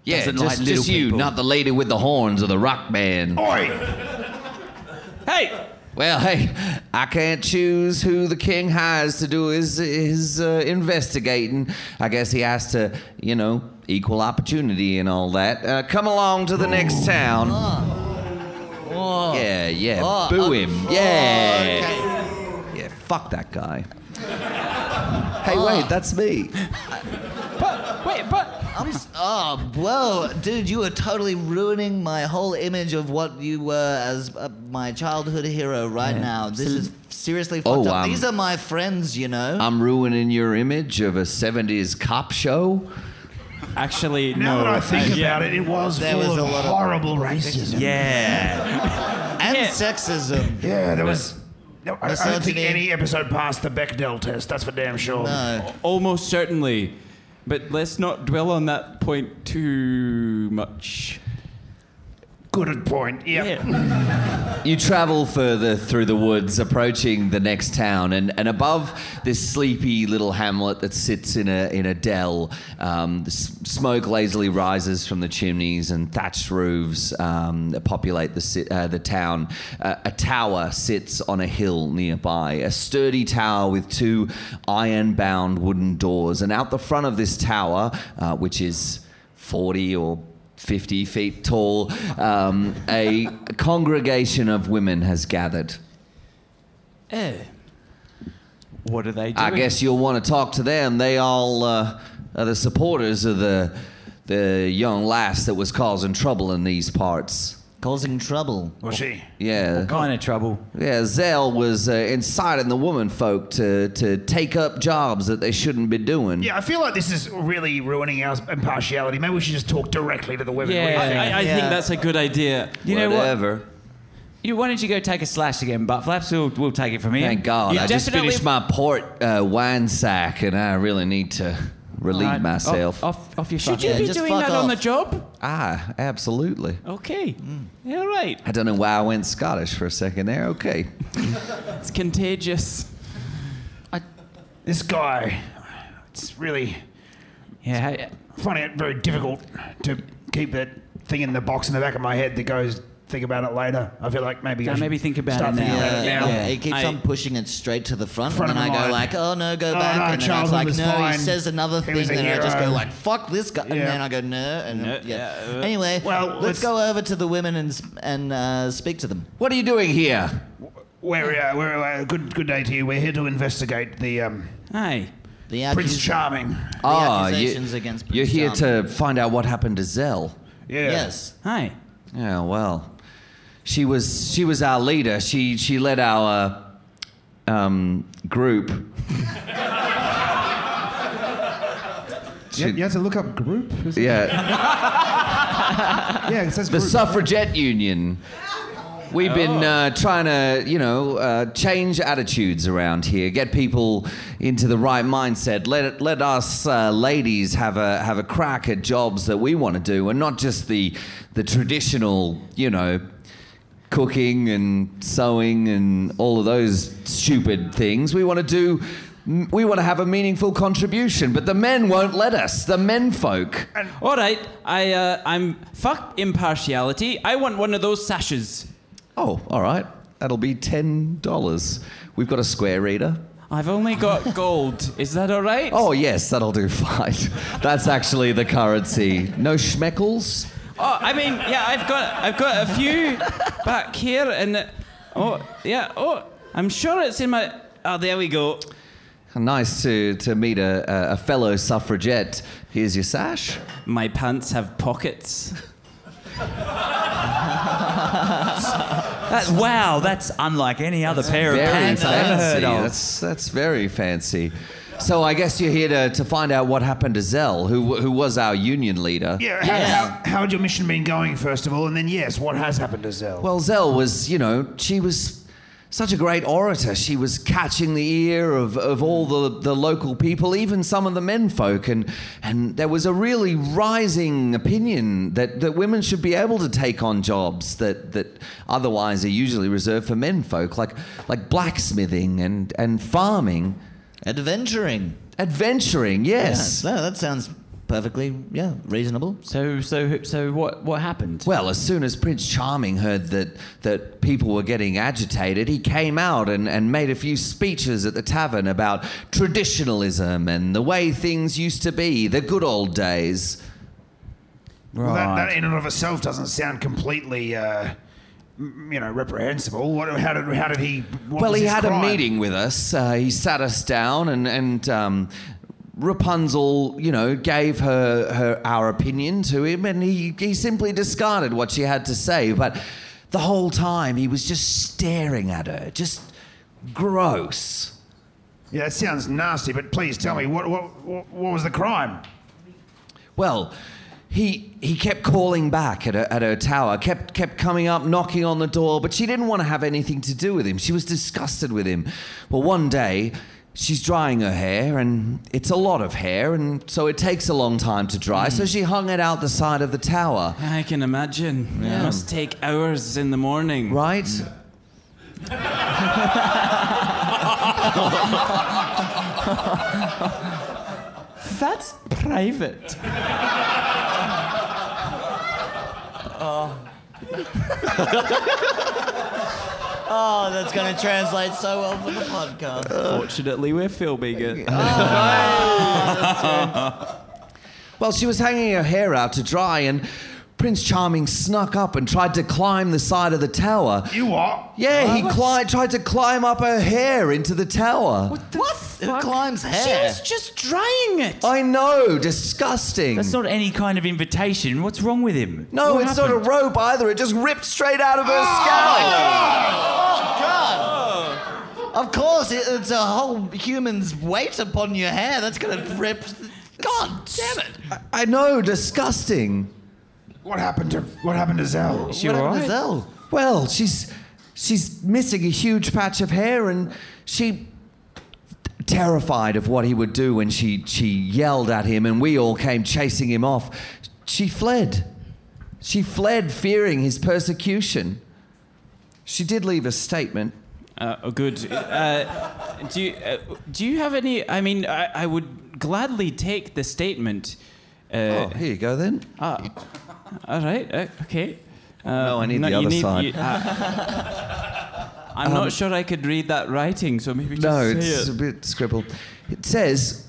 Speaker 4: Yeah,
Speaker 2: Doesn't like
Speaker 4: just,
Speaker 2: little
Speaker 4: just you,
Speaker 2: people.
Speaker 4: not the lady with the horns or the rock band.
Speaker 6: Oi!
Speaker 2: Hey,
Speaker 4: Well, hey, I can't choose who the king hires to do his his uh, investigating. I guess he has to, you know, equal opportunity and all that. Uh, come along to the next town. Yeah, yeah,
Speaker 3: Oh,
Speaker 4: boo
Speaker 3: uh,
Speaker 4: him.
Speaker 3: oh,
Speaker 4: yeah, yeah, fuck that guy. hey, wait, that's me.
Speaker 5: But wait, but
Speaker 3: I'm. s- Oh, whoa, dude, you are totally ruining my whole image of what you were as uh, my childhood hero right now. This is seriously fucked
Speaker 4: Oh,
Speaker 3: up.
Speaker 4: um,
Speaker 3: These are my friends, you know.
Speaker 4: I'm ruining your image of a '70s cop show.
Speaker 5: actually,
Speaker 6: Now
Speaker 5: no.
Speaker 6: that I think
Speaker 5: Uh, yeah.
Speaker 6: about it, it was
Speaker 3: There
Speaker 6: full
Speaker 3: was
Speaker 6: of
Speaker 3: a lot of-
Speaker 6: horrible racism.
Speaker 2: yeah.
Speaker 3: and sexism.
Speaker 6: Yeah, there was. No, I, I don't think
Speaker 3: Misogyny.
Speaker 6: any episode passed the Bechdel test. That's for damn sure.
Speaker 3: No.
Speaker 5: almost certainly. But let's not dwell on that point too much.
Speaker 6: Good point. Yep. Yeah.
Speaker 4: You travel further through the woods, approaching the next town, and, and above this sleepy little hamlet that sits in a in a dell, um, the s- smoke lazily rises from the chimneys and thatched roofs um, that populate the ci- uh, the town. Uh, a tower sits on a hill nearby, a sturdy tower with two iron bound wooden doors, and out the front of this tower, uh, which is forty or 50 feet tall, um, a congregation of women has gathered.
Speaker 2: Eh. What are they doing?
Speaker 4: I guess you'll want to talk to them. They all uh, are the supporters of the, the young lass that was causing trouble in these parts.
Speaker 3: Causing trouble.
Speaker 6: Was she?
Speaker 4: Yeah.
Speaker 2: kind of trouble.
Speaker 4: Yeah, Zell was uh, inciting the women folk to, to take up jobs that they shouldn't be doing.
Speaker 6: Yeah, I feel like this is really ruining our impartiality. Maybe we should just talk directly to the women. What do you
Speaker 5: I,
Speaker 6: think?
Speaker 5: I, I think
Speaker 3: Yeah.
Speaker 5: that's a good idea.
Speaker 2: You know what?
Speaker 4: Whatever.
Speaker 2: You, why don't you go take a slash again, butt flaps? We'll, we'll take it from here.
Speaker 4: Thank God.
Speaker 2: You
Speaker 4: I just
Speaker 2: definitely-
Speaker 4: finished my port uh, wine sack and I really need to relieve
Speaker 2: Right,
Speaker 4: myself.
Speaker 2: Oh, Off, off, off your
Speaker 5: Should
Speaker 2: fucking.
Speaker 5: you
Speaker 3: Yeah,
Speaker 5: be
Speaker 3: just
Speaker 5: doing
Speaker 3: fuck
Speaker 5: that on
Speaker 3: off. Mm.
Speaker 5: the job?
Speaker 4: Ah, absolutely.
Speaker 5: Okay. All right.
Speaker 4: I don't know why I went Scottish for a second there. Okay.
Speaker 5: It's contagious.
Speaker 6: This guy, it's really
Speaker 2: Yeah. hey,
Speaker 6: finding it very difficult to keep that thing in the box in the back of my head that goes, think about it later. I feel like maybe. I
Speaker 2: Yeah,
Speaker 6: should
Speaker 2: maybe think about
Speaker 6: start
Speaker 2: it
Speaker 6: thinking
Speaker 2: now.
Speaker 6: about it
Speaker 3: Yeah,
Speaker 6: now.
Speaker 3: yeah, he keeps
Speaker 5: I-
Speaker 3: on pushing it straight to the front,
Speaker 6: Front
Speaker 3: and
Speaker 6: of
Speaker 3: then I
Speaker 6: mine.
Speaker 3: go like, "Oh no, go
Speaker 6: Oh,
Speaker 3: back!"
Speaker 6: no,
Speaker 3: and then I
Speaker 6: Charles
Speaker 3: was like,
Speaker 6: was
Speaker 3: "No,"
Speaker 6: fine.
Speaker 3: he says another
Speaker 6: He
Speaker 3: thing,
Speaker 6: was a
Speaker 3: and I just go
Speaker 6: hero.
Speaker 3: like, "Fuck this guy," and
Speaker 6: Yeah.
Speaker 3: then I go, "No," and
Speaker 5: No,
Speaker 3: yeah.
Speaker 5: yeah, uh,
Speaker 3: anyway,
Speaker 6: Well,
Speaker 3: let's,
Speaker 6: let's-
Speaker 3: go over to the women and s- and uh, speak to them.
Speaker 4: What are you doing here?
Speaker 6: We're, uh, we're, uh, good, good day to you. We're here to investigate the um,
Speaker 5: Aye.
Speaker 3: The
Speaker 6: Prince
Speaker 3: accus-
Speaker 6: Charming.
Speaker 3: accusations against Prince
Speaker 4: Ah, you're here
Speaker 3: Charming.
Speaker 4: to find out what happened to Zell.
Speaker 6: Yeah.
Speaker 3: Yes.
Speaker 5: Aye.
Speaker 4: Yeah, well, she was she was our leader. She she led our um, group. She,
Speaker 6: You have to look up group. is it?
Speaker 4: yeah.
Speaker 6: Yeah, it says
Speaker 4: The
Speaker 6: group.
Speaker 4: suffragette union. We've been uh, trying to, you know, uh, change attitudes around here, get people into the right mindset. Let it, let us uh, ladies have a have a crack at jobs that we want to do, and not just the the traditional, you know, cooking and sewing and all of those stupid things. We want to do. We want to have a meaningful contribution, but the men won't let us. The men folk.
Speaker 5: All right, I uh, I'm fuck impartiality. I want one of those sashes.
Speaker 4: Oh, all right. That'll be ten dollars. We've got a square reader.
Speaker 5: I've only got gold. Is that all right?
Speaker 4: Oh yes, that'll do fine. That's actually the currency. No schmeckles.
Speaker 5: Oh, I mean, yeah, I've got I've got a few back here, and uh, oh yeah, oh, I'm sure it's in my. Oh, there we go.
Speaker 4: Nice to to meet a, a- a fellow suffragette. Here's your sash.
Speaker 5: My pants have pockets.
Speaker 2: That, wow, that's unlike any other pair of
Speaker 4: Very
Speaker 2: pants I've ever heard
Speaker 4: fancy.
Speaker 2: of.
Speaker 4: That's that's very fancy. So I guess you're here to, to find out what happened to Zell, who who was our union leader.
Speaker 6: Yeah, how, how, how'd your mission been going, first of all? And then, yes, what has happened to Zell?
Speaker 4: Well, Zell was, you know, she was such a great orator. She was catching the ear of, of all the, the local people, even some of the menfolk. And, and there was a really rising opinion that, that women should be able to take on jobs that, that otherwise are usually reserved for menfolk, like, like blacksmithing and, and farming.
Speaker 3: Adventuring.
Speaker 4: Adventuring, yes.
Speaker 3: Yeah, no, that sounds perfectly yeah reasonable.
Speaker 2: So, so, so, what, what happened?
Speaker 4: Well, as soon as Prince Charming heard that, that people were getting agitated, he came out and, and made a few speeches at the tavern about traditionalism and the way things used to be, the good old days.
Speaker 6: Well, that, that in and of itself doesn't sound completely, uh, m- you know, reprehensible. What, how did how did he? What
Speaker 4: well,
Speaker 6: was
Speaker 4: he
Speaker 6: his
Speaker 4: had
Speaker 6: crime?
Speaker 4: a meeting with us. Uh, he sat us down, and and um, Rapunzel, you know, gave her, her our opinion to him, and he he simply discarded what she had to say. But the whole time, he was just staring at her, just gross.
Speaker 6: Yeah, that sounds nasty. But please tell me what what what, what was the crime?
Speaker 4: Well, he he kept calling back at her, at her tower, kept kept coming up, knocking on the door, but she didn't want to have anything to do with him. She was disgusted with him. Well, one day. She's drying her hair, and it's a lot of hair, and so it takes a long time to dry. So she hung it out the side of the tower,
Speaker 5: I can imagine. It must take hours in the morning.
Speaker 4: right?
Speaker 5: That's private.
Speaker 3: Oh, that's going to translate so well for the
Speaker 6: Uh,
Speaker 3: podcast.
Speaker 5: Fortunately, we're filming it.
Speaker 4: Well, she was hanging her hair out to dry, and Prince Charming snuck up and tried to climb the side of the tower.
Speaker 6: You what?
Speaker 4: Yeah, he cli- tried to climb up her hair into the tower.
Speaker 5: What?
Speaker 3: Who climbs
Speaker 5: She
Speaker 3: hair?
Speaker 5: was just drying it.
Speaker 4: I know, disgusting.
Speaker 2: Oh, That's not any kind of invitation. What's wrong with him?
Speaker 4: no,
Speaker 2: What
Speaker 4: it's
Speaker 2: happened?
Speaker 4: not a rope either. It just ripped straight out of her
Speaker 2: Ah!
Speaker 3: Of course, it, it's a whole human's weight upon your hair. That's going to rip. God damn it!
Speaker 4: scalp. I know, disgusting.
Speaker 6: What happened to what happened to Zell?
Speaker 2: Is she all right?
Speaker 3: Zell.
Speaker 4: Well, she's she's missing a huge patch of hair, and she terrified of what he would do when she she yelled at him, and we all came chasing him off. She fled. She fled, fearing his persecution. She did leave a statement.
Speaker 5: Uh, oh, good. Uh, do you uh, do you have any? I mean, I, I would gladly take the statement.
Speaker 4: Oh,
Speaker 5: Uh,
Speaker 4: here you go then.
Speaker 5: All right. Uh, okay. Uh,
Speaker 4: No, I need the
Speaker 5: you
Speaker 4: other side.
Speaker 5: uh, I'm
Speaker 2: Um,
Speaker 5: not sure I could read that writing, so maybe just
Speaker 4: No,
Speaker 5: say
Speaker 4: it's a
Speaker 5: it.
Speaker 4: bit scribbled. It says,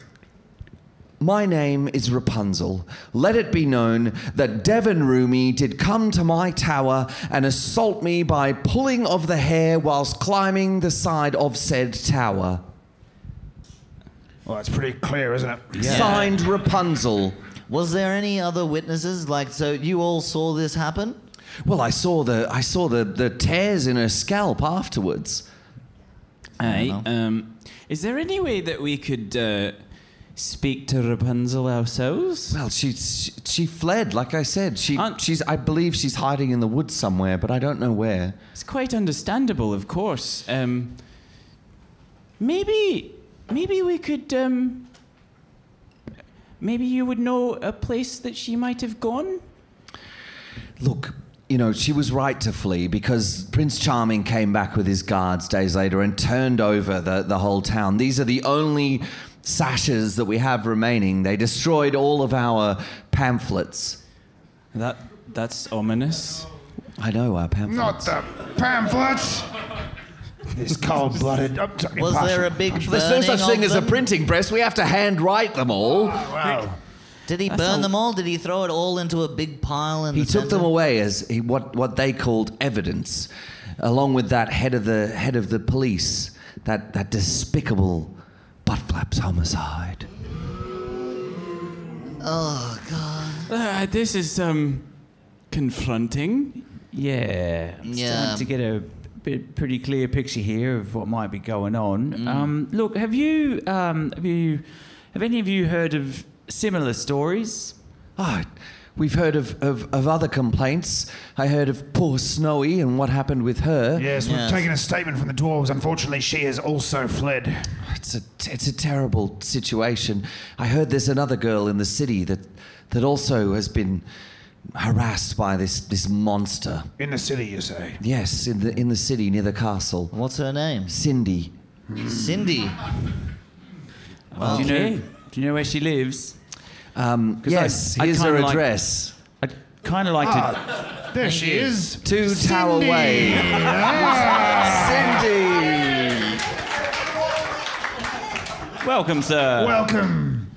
Speaker 4: My name is Rapunzel. Let it be known that Devon Rumi did come to my tower and assault me by pulling of the hair whilst climbing the side of said tower.
Speaker 6: Well, that's pretty clear, isn't it?
Speaker 4: Signed Rapunzel.
Speaker 3: Was there any other witnesses? Like, so you all saw this happen?
Speaker 4: Well, I saw the I saw the, the tears in her scalp afterwards.
Speaker 5: Aye, um, is there any way that we could uh, speak to Rapunzel ourselves?
Speaker 4: Well, she she she fled. Like I said, she
Speaker 5: Aunt-
Speaker 4: she's. I believe she's hiding in the woods somewhere, but I don't know where.
Speaker 5: It's quite understandable, of course. Um, maybe, maybe we could. Um, maybe you would know a place that she might have gone.
Speaker 4: Look, you know, she was right to flee because Prince Charming came back with his guards days later and turned over the, the whole town. These are the only sashes that we have remaining. They destroyed all of our pamphlets.
Speaker 5: That that's ominous.
Speaker 4: I know our pamphlets.
Speaker 6: Not the pamphlets. This cold-blooded. I'm sorry,
Speaker 3: Was there a
Speaker 6: partial-
Speaker 3: big burning
Speaker 4: There's no such thing
Speaker 3: of
Speaker 4: as a
Speaker 3: them?
Speaker 4: printing press. We have to handwrite them all.
Speaker 6: Wow.
Speaker 3: Did he
Speaker 5: That's
Speaker 3: burn
Speaker 5: a-
Speaker 3: them all? Did he throw it all into a big pile? In
Speaker 4: He
Speaker 3: the
Speaker 4: took them
Speaker 3: center?
Speaker 4: away as he, what what they called evidence, along with that head of the head of the police, that that despicable butt flaps homicide.
Speaker 3: Oh,
Speaker 5: Uh, this is um, confronting.
Speaker 2: Yeah, I'm
Speaker 3: Yeah.
Speaker 2: starting to get a bit, pretty clear picture here of what might be going on. Um, look, have you, um, have you, have any of you heard of similar stories?
Speaker 4: Ah, we've heard of, of, of other complaints. I heard of poor Snowy and what happened with her.
Speaker 6: Yes, we've
Speaker 3: Yes.
Speaker 6: taken a statement from the dwarves. Unfortunately, she has also fled.
Speaker 4: It's a it's a terrible situation. I heard there's another girl in the city that that also has been harassed by this this monster.
Speaker 6: In the city, you say?
Speaker 4: Yes, in the in the city near the castle.
Speaker 3: What's her name?
Speaker 4: Cindy.
Speaker 3: Cindy. Wow.
Speaker 2: Do you know? Do you know where she lives?
Speaker 4: Um,
Speaker 2: 'Cause
Speaker 4: yes,
Speaker 2: I'd- I'd
Speaker 4: here's her
Speaker 2: kinda like-
Speaker 4: address.
Speaker 2: I'd kind of like to.
Speaker 6: There she is.
Speaker 4: Two Tower Way. Cindy.
Speaker 2: Welcome, sir.
Speaker 6: Welcome.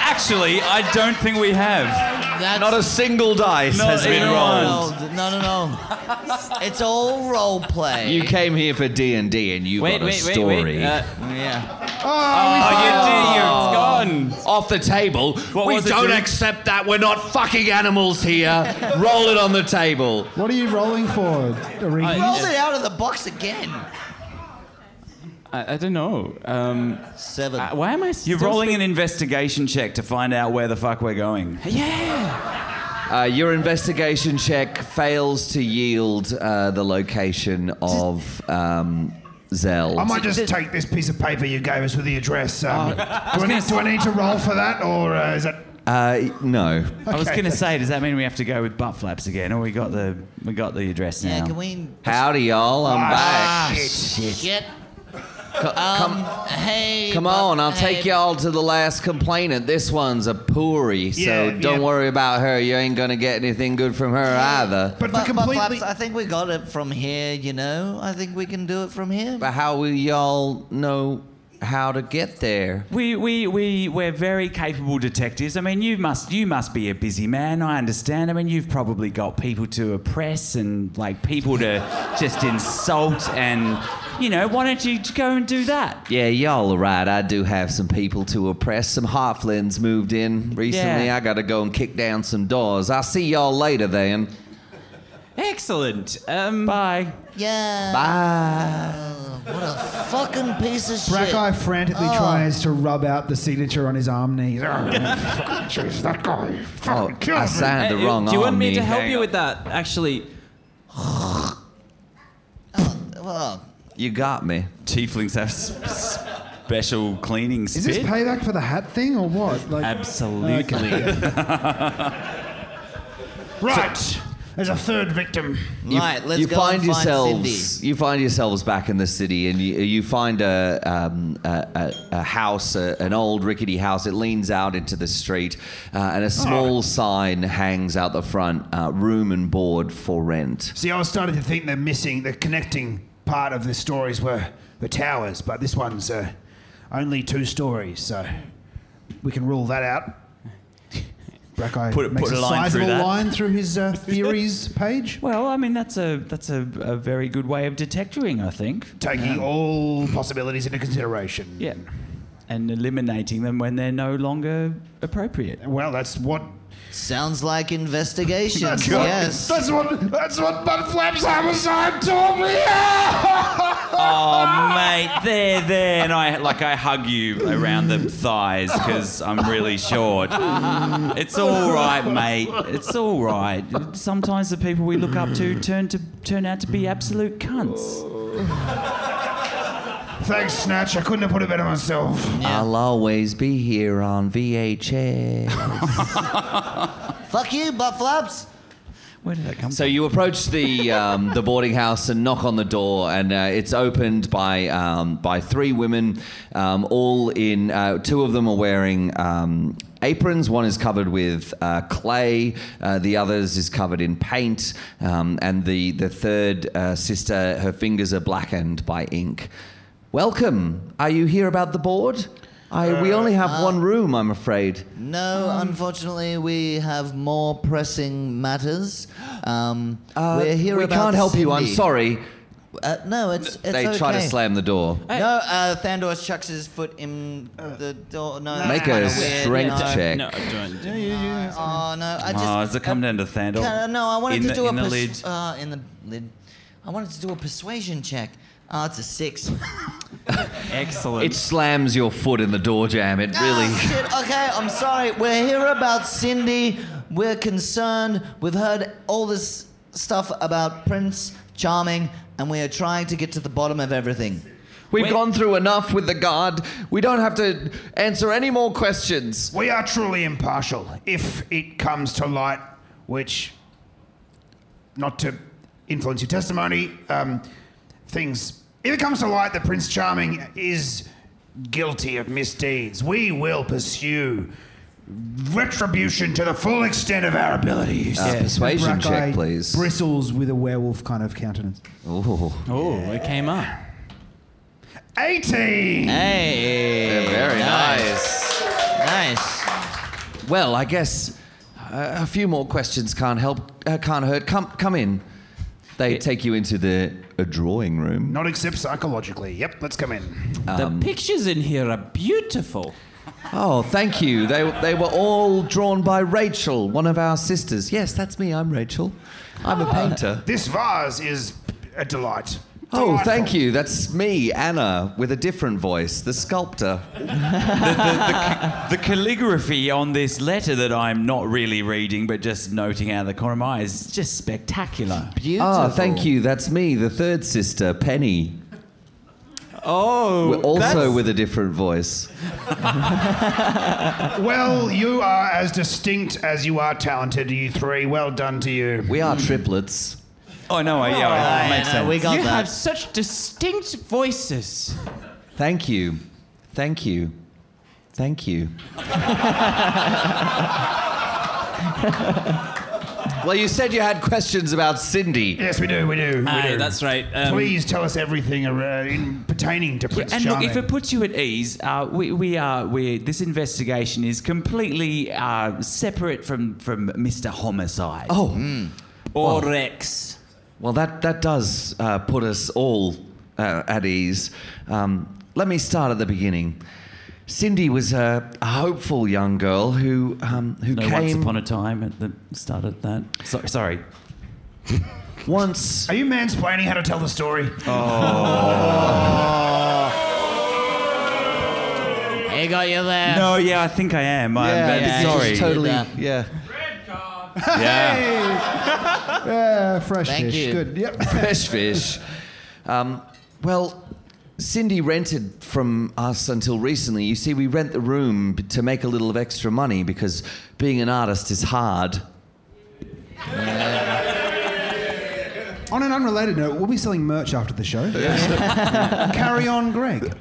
Speaker 2: Actually, I don't think we have.
Speaker 3: That's
Speaker 4: Not a single dice
Speaker 2: Not
Speaker 4: has been
Speaker 2: even
Speaker 4: rolled.
Speaker 2: one.
Speaker 3: No, no, no. it's all role play.
Speaker 4: You came here for D and D, and you
Speaker 5: Wait,
Speaker 4: got a
Speaker 5: wait, wait,
Speaker 4: story
Speaker 5: wait, Uh,
Speaker 3: Yeah.
Speaker 2: Ah,
Speaker 5: oh, you do. You've gone.
Speaker 4: off the table.
Speaker 5: What
Speaker 4: we
Speaker 5: was it,
Speaker 4: don't
Speaker 5: Jimmy?
Speaker 4: accept that. We're not fucking animals here. Roll it on the table.
Speaker 1: What are you rolling for,
Speaker 4: Oh,
Speaker 1: Arena?
Speaker 3: Roll it out of the box again.
Speaker 5: I, I don't know. Um,
Speaker 3: Seven.
Speaker 5: uh, why am I? Still
Speaker 2: You're rolling
Speaker 5: speak-
Speaker 2: an investigation check to find out where the fuck we're going.
Speaker 5: Yeah.
Speaker 4: Uh, your investigation check fails to yield uh, the location of um, Zell.
Speaker 6: I might just take this piece of paper you gave us with the address. Um, do, I
Speaker 2: gonna
Speaker 6: need, do I need to roll for that, or uh, is that?
Speaker 4: Uh, no.
Speaker 2: I was
Speaker 6: Okay.
Speaker 2: going to say, does that mean we have to go with butt flaps again, or we got the we got the address now?
Speaker 3: yeah, can we
Speaker 4: Howdy, y'all.
Speaker 6: Ah,
Speaker 4: I'm back.
Speaker 3: get.
Speaker 4: Co-
Speaker 3: Um,
Speaker 4: come,
Speaker 3: hey.
Speaker 4: come
Speaker 3: but-
Speaker 4: on, I'll
Speaker 3: hey,
Speaker 4: take y'all to the last complainant. This one's a poorie, so
Speaker 6: Yeah,
Speaker 4: don't
Speaker 6: yeah.
Speaker 4: worry about her. You ain't gonna get anything good from her either.
Speaker 6: But for
Speaker 3: But, but
Speaker 6: completely.
Speaker 3: Flaps, I think we got it from here, you know? I think we can do it from here.
Speaker 4: But how will y'all know how to get there?
Speaker 2: We we we we're very capable detectives. I mean, you must you must be a busy man. I understand. I mean, you've probably got people to oppress and like people to just insult and you know. Why don't you go and do that?
Speaker 4: Yeah, y'all are right. I do have some people to oppress. Some halflings moved in recently.
Speaker 2: Yeah.
Speaker 4: I gotta go and kick down some doors. I'll see y'all later then.
Speaker 5: Excellent. Um, Bye.
Speaker 3: Yeah. Oh,
Speaker 4: Bye.
Speaker 3: What a fucking piece of shit.
Speaker 1: Brackeye frantically
Speaker 6: Ah.
Speaker 1: tries to rub out the signature on his arm knees.
Speaker 6: Oh, Jeez, that guy.
Speaker 4: Oh,
Speaker 6: Fucking killed
Speaker 4: I
Speaker 6: me.
Speaker 4: signed the
Speaker 5: Uh,
Speaker 4: wrong
Speaker 5: Do you want
Speaker 4: arm
Speaker 5: me to
Speaker 4: knee.
Speaker 5: help
Speaker 2: Hang
Speaker 5: you
Speaker 2: on.
Speaker 5: with that? Actually,
Speaker 3: Well,
Speaker 4: You got me.
Speaker 2: Tieflings have s- special cleaning
Speaker 1: Is this
Speaker 2: spit.
Speaker 1: payback for the hat thing or what? Like,
Speaker 2: Absolutely.
Speaker 6: Right. There's a third victim.
Speaker 3: right, let's
Speaker 4: you
Speaker 3: go
Speaker 4: find
Speaker 3: and find
Speaker 4: yourselves
Speaker 3: Cindy.
Speaker 4: you find yourselves back in the city and you, you find a, um, a, a, a house a, an old rickety house it leans out into the street uh, and a small sign hangs out the front uh, room and board for rent
Speaker 6: See, I was starting to think they're missing the connecting part of the stories were the towers, but this one's uh, only two stories, so we can rule that out.
Speaker 1: Brackeye
Speaker 2: Put-
Speaker 1: makes a,
Speaker 2: put a line through
Speaker 1: sizable
Speaker 2: that.
Speaker 1: line through his uh, theories page.
Speaker 2: well, I mean, that's a that's a, a very good way of detecting. I think.
Speaker 6: Taking all possibilities into consideration.
Speaker 2: Yeah. And eliminating them when they're no longer appropriate.
Speaker 6: Well, that's what
Speaker 3: Sounds like investigations.
Speaker 6: what-
Speaker 3: yes.
Speaker 6: That's what. That's what Mudflap's homicide told me.
Speaker 2: Oh mate, there, there, and I like I hug you around the thighs because I'm really short. It's all right, mate. It's all right. Sometimes the people we look up to turn to turn out to be absolute cunts.
Speaker 6: Thanks, Snatch. I couldn't have put it better myself.
Speaker 4: I'll always be here on VHS.
Speaker 3: Fuck you, butt flaps.
Speaker 2: Where did that come
Speaker 4: so you approach the um, the boarding house and knock on the door, and uh, it's opened by um, by three women, um, all in. Uh, two of them are wearing. Um, Aprons. One is covered with uh, clay. Uh, the others is covered in paint, um, and the the third uh, sister, her fingers are blackened by ink. Welcome. Are you here about the board? I, we only have one room, I'm afraid.
Speaker 3: No,
Speaker 4: Um,
Speaker 3: unfortunately, we have more pressing matters. Um,
Speaker 4: Uh,
Speaker 3: we're here
Speaker 4: we
Speaker 3: about
Speaker 4: can't help you. I'm
Speaker 3: Cindy.
Speaker 4: sorry.
Speaker 3: Uh, no, it's, it's
Speaker 4: they
Speaker 3: okay.
Speaker 4: try to slam the door.
Speaker 3: No, uh, Thandor chucks his foot in the door. No, that's
Speaker 4: Make
Speaker 3: kinda
Speaker 4: a
Speaker 3: weird,
Speaker 4: strength
Speaker 3: you know.
Speaker 4: check.
Speaker 5: No, don't.
Speaker 3: Oh no, I just.
Speaker 2: Oh, does it come down to Thandor?
Speaker 3: Kinda- no, I wanted
Speaker 2: In
Speaker 3: to
Speaker 2: the-
Speaker 3: do a
Speaker 2: in the
Speaker 3: pers-
Speaker 2: lid.
Speaker 3: Uh, in the lid. I wanted to do a persuasion check. Oh, it's a six.
Speaker 2: Excellent.
Speaker 4: It slams your foot in the door jam. It really.
Speaker 3: Um, Ah, shit. Okay, I'm sorry. We're here about Cindy. We're concerned. We've heard all this stuff about Prince Charming, and we are trying to get to the bottom of everything.
Speaker 4: We've
Speaker 5: Wait.
Speaker 4: gone through enough with the guard. We don't have to answer any more questions.
Speaker 6: We are truly impartial. If it comes to light, which, not to influence your testimony, um, things. If it comes to light that Prince Charming is guilty of misdeeds, we will pursue retribution to the full extent of our abilities.
Speaker 4: Uh, persuasion
Speaker 1: Brackeye
Speaker 4: check, please.
Speaker 1: Bristles with a werewolf kind of countenance.
Speaker 4: Ooh,
Speaker 5: Oh, it came up.
Speaker 6: 18!
Speaker 3: Hey.
Speaker 4: very nice.
Speaker 3: Nice.
Speaker 4: Well, I guess uh, a few more questions can't help, uh, can't hurt. Come, come in. They take you into the a drawing room.
Speaker 6: Not except psychologically. Yep, let's come in.
Speaker 2: Um,
Speaker 5: the pictures in here are beautiful.
Speaker 4: Oh, thank you. They, they were all drawn by Rachel, one of our sisters. Yes, that's me. I'm Rachel. I'm a painter.
Speaker 6: This vase is a delight.
Speaker 4: Oh,
Speaker 6: Delightful.
Speaker 4: thank you. That's me, Anna, with a different voice, the sculptor.
Speaker 2: the calligraphy on this letter that I'm not really reading, but just noting out of the corner of my eye is just spectacular.
Speaker 3: Beautiful.
Speaker 4: Ah, thank you. That's me, the third sister, Penny,
Speaker 5: Oh,
Speaker 4: We're also
Speaker 5: that's-
Speaker 4: with a different voice.
Speaker 6: Well, you are as distinct as you are talented, you three. Well done to you.
Speaker 4: We are triplets.
Speaker 2: Oh no, yeah,
Speaker 3: Yeah,
Speaker 2: that makes
Speaker 3: no,
Speaker 2: sense.
Speaker 3: We got
Speaker 5: you
Speaker 3: that.
Speaker 5: have such distinct voices.
Speaker 4: Thank you. Thank you. Thank you. well, you said you had questions about Cindy.
Speaker 6: Yes, we do, we do. we
Speaker 5: Aye,
Speaker 6: do.
Speaker 5: that's right. Um,
Speaker 6: Please tell us everything ar- uh, in, pertaining to Prince
Speaker 2: and
Speaker 6: Charming.
Speaker 2: look, if it puts you at ease, uh, we, we are we this investigation is completely uh, separate from from Mr. Homicide.
Speaker 4: Oh,
Speaker 5: Or Rex.
Speaker 4: Well, that, that does uh, put us all uh, at ease. Um, let me start at the beginning. Cindy was a, a hopeful young girl who, um, who
Speaker 2: no,
Speaker 4: came
Speaker 2: once upon a time at the start of that. So, sorry.
Speaker 4: once.
Speaker 6: are you mansplaining how to tell the story?
Speaker 3: Hey, got you
Speaker 5: Uh,
Speaker 3: there.
Speaker 2: No, yeah, I think I am. I'm I'm
Speaker 3: yeah, you
Speaker 2: sorry.
Speaker 4: She's totally.
Speaker 3: Yeah.
Speaker 4: Yeah.
Speaker 2: yeah.
Speaker 1: Uh, fresh
Speaker 3: Thank
Speaker 1: fish.
Speaker 3: you.
Speaker 1: Good. Yep.
Speaker 4: Fresh fish. Um, well, Cindy rented from us until recently. You see, we rent the room b- to make a little of extra money because being an artist is hard.
Speaker 1: On an unrelated note, we'll be selling merch after the show. Carry on, Greg.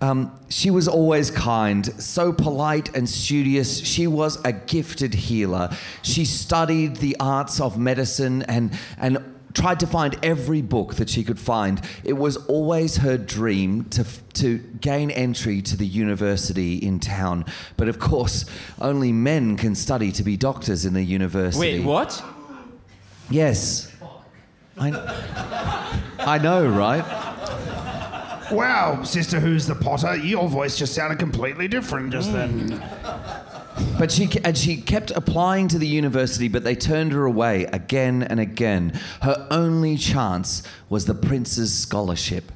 Speaker 4: Um, she was always kind, so polite and studious. She was a gifted healer. She studied the arts of medicine and and tried to find every book that she could find. It was always her dream to f- to gain entry to the university in town. But of course, only men can study to be doctors in the university.
Speaker 5: Wait, what?
Speaker 4: Yes. I, I know, right?
Speaker 6: Wow, sister, who's the potter? Your voice just sounded completely different just then.
Speaker 4: But she ke- and she kept applying to the university, but they turned her away again and again. Her only chance was the prince's scholarship.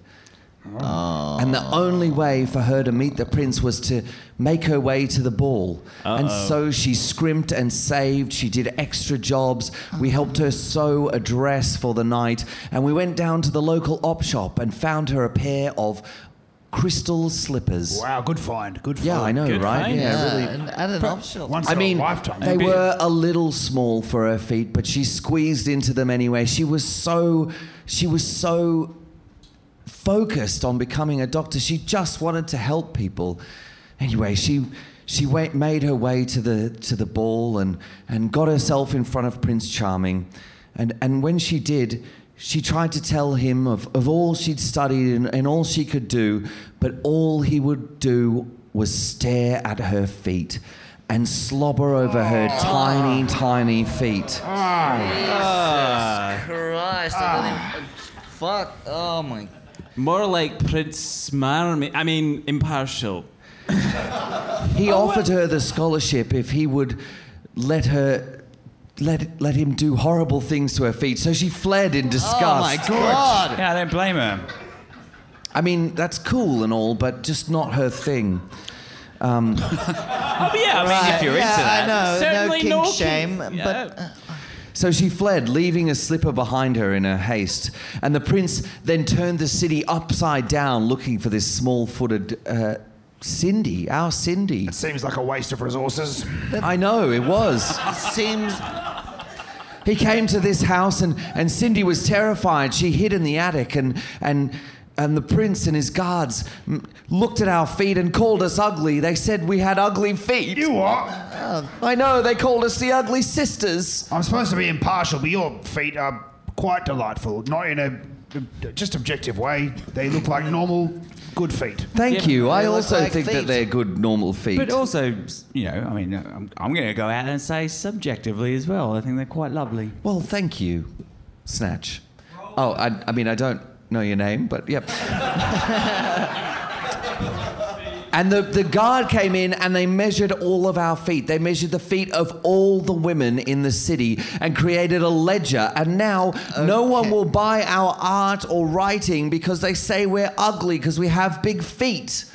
Speaker 5: Oh.
Speaker 4: And the only way for her to meet the prince was to make her way to the ball. And so she scrimped and saved. She did extra jobs. We helped her sew a dress for the night. And we went down to the local op shop and found her a pair of crystal slippers.
Speaker 6: Wow, good find. Good find.
Speaker 4: Yeah, I know,
Speaker 5: Good
Speaker 4: right?
Speaker 5: find.
Speaker 4: Yeah,
Speaker 3: Yeah,
Speaker 4: really.
Speaker 3: and at an optional.
Speaker 6: Once
Speaker 4: I
Speaker 6: in
Speaker 4: mean,
Speaker 6: a lifetime.
Speaker 4: they were a little small for her feet, but she squeezed into them anyway. She was so, she was so focused on becoming a doctor. She just wanted to help people. Anyway, she she went, made her way to the to the ball and and got herself in front of Prince Charming, and and when she did. She tried to tell him of, of all she'd studied and, and all she could do, but all he would do was stare at her feet and slobber over her tiny, tiny feet.
Speaker 3: Christ,
Speaker 2: Ah.
Speaker 3: I don't even. Fuck. Oh my.
Speaker 5: More like Prince Marmy. I mean, impartial.
Speaker 4: He
Speaker 3: Oh,
Speaker 4: offered her the scholarship if he would let her let let him do horrible things to her feet. So she fled in disgust.
Speaker 3: Oh my god.
Speaker 2: Yeah, I don't blame her.
Speaker 4: I mean, that's cool and all, but just not her thing.
Speaker 5: Oh, yeah, I mean,
Speaker 2: Right.
Speaker 5: if
Speaker 2: you're
Speaker 3: yeah,
Speaker 2: into that.
Speaker 3: I know.
Speaker 5: Certainly
Speaker 3: no kink
Speaker 5: no kink-
Speaker 3: shame,
Speaker 5: Yeah.
Speaker 3: but uh,
Speaker 4: So she fled, leaving a slipper behind her in her haste. And the prince then turned the city upside down looking for this small-footed uh, Cindy, our Cindy.
Speaker 6: Seems like a waste of resources.
Speaker 4: I know, it was.
Speaker 3: it seems
Speaker 4: He came to this house and, and Cindy was terrified. She hid in the attic and and and the prince and his guards mm, looked at our feet and called us ugly. They said we had ugly feet.
Speaker 6: You what?
Speaker 4: I know, they called us the ugly sisters.
Speaker 6: I'm supposed to be impartial, but your feet are quite delightful. Not in a uh, just objective way. They look like normal, good feet.
Speaker 4: Thank you. I
Speaker 3: they look
Speaker 4: also
Speaker 3: like
Speaker 4: think
Speaker 3: feet.
Speaker 4: that they're good normal feet.
Speaker 2: But also, you know, I mean, I'm, I'm going to go out and say subjectively as well. I think they're quite lovely.
Speaker 4: well, thank you. Snatch. Oh, I, I mean I don't know your name, but yep. And the, the guard came in and they measured all of our feet. They measured the feet of all the women in the city and created a ledger. And now no one will buy our art or writing because they say we're ugly because we have big feet.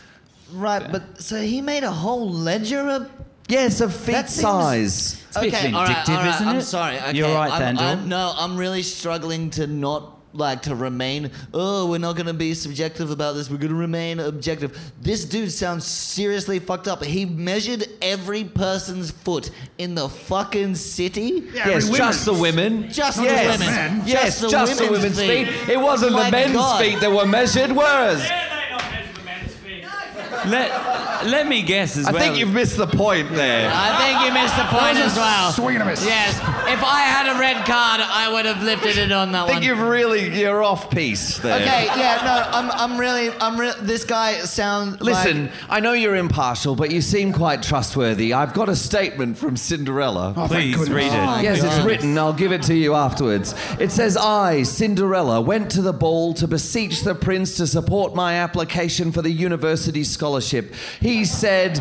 Speaker 3: right. But so he made a whole ledger of.
Speaker 4: Yes, of feet
Speaker 3: That seems-
Speaker 4: size.
Speaker 2: a bit vindictive, isn't
Speaker 3: I'm
Speaker 2: it?
Speaker 3: sorry. Okay,
Speaker 2: You're right,
Speaker 3: I'm,
Speaker 2: Thandor.
Speaker 3: I'm, no, I'm really struggling to not like to remain. Oh, we're not gonna be subjective about this. We're gonna remain objective. This dude sounds seriously fucked up. He measured every person's foot in the fucking city.
Speaker 6: Yeah,
Speaker 4: yes,
Speaker 6: every
Speaker 4: just the
Speaker 6: women's.
Speaker 4: women.
Speaker 3: Just the
Speaker 4: yes.
Speaker 3: women.
Speaker 6: men.
Speaker 4: Yes,
Speaker 3: Just
Speaker 4: just
Speaker 3: the
Speaker 4: the,
Speaker 3: women's
Speaker 4: women's
Speaker 3: feet.
Speaker 4: feet. It wasn't
Speaker 3: My
Speaker 4: the men's
Speaker 3: God.
Speaker 4: feet that were measured, were it?
Speaker 7: They don't measure the man's feet.
Speaker 2: Let, let me guess as
Speaker 4: I
Speaker 2: well.
Speaker 4: think you've missed the point there.
Speaker 8: I think you missed the point as well.
Speaker 6: Swing and a miss.
Speaker 8: Yes, if I had a red card, I would have lifted it on that
Speaker 4: I think
Speaker 8: one.
Speaker 4: you've really you're off piece there.
Speaker 3: Okay, yeah, no, I'm, I'm really, I'm re- This guy sounds.
Speaker 4: Listen, I know you're impartial, but you seem quite trustworthy. I've got a statement from Cinderella.
Speaker 6: Oh,
Speaker 2: Please
Speaker 6: thank goodness.
Speaker 2: read it.
Speaker 4: Yes, it's written. I'll give it to you afterwards. It says, I, Cinderella, went to the ball to beseech the prince to support my application for the university scholarship. He said,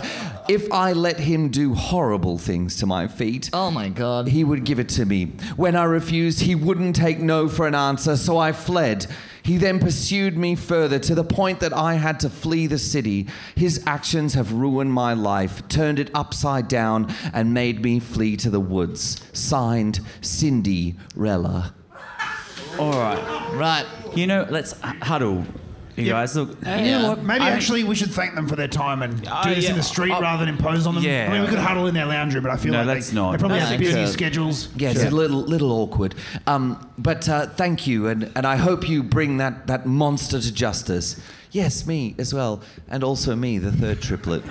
Speaker 4: if I let him do horrible things to my feet,
Speaker 3: oh my god.
Speaker 4: he would give it to me. When I refused, he wouldn't take no for an answer, so I fled. He then pursued me further to the point that I had to flee the city. His actions have ruined my life, turned it upside down, and made me flee to the woods. Signed, Cindy Rella.
Speaker 3: Right.
Speaker 2: You know, let's h- huddle. You guys, look.
Speaker 3: Yeah.
Speaker 6: Maybe actually we should thank them for their time and do
Speaker 2: Uh,
Speaker 6: this
Speaker 2: yeah.
Speaker 6: in the street
Speaker 2: Uh,
Speaker 6: rather than impose on them.
Speaker 2: yeah.
Speaker 6: I mean, we could huddle in their lounge room, but I feel
Speaker 2: No,
Speaker 6: like
Speaker 2: let's
Speaker 6: they,
Speaker 2: not.
Speaker 6: they probably
Speaker 3: No,
Speaker 6: have
Speaker 3: thanks,
Speaker 6: busy
Speaker 3: uh,
Speaker 6: schedules.
Speaker 4: Yeah, it's a little, little awkward. Um, but uh, thank you, and, and I hope you bring that, that monster to justice. Yes, me as well, and also me, the third triplet.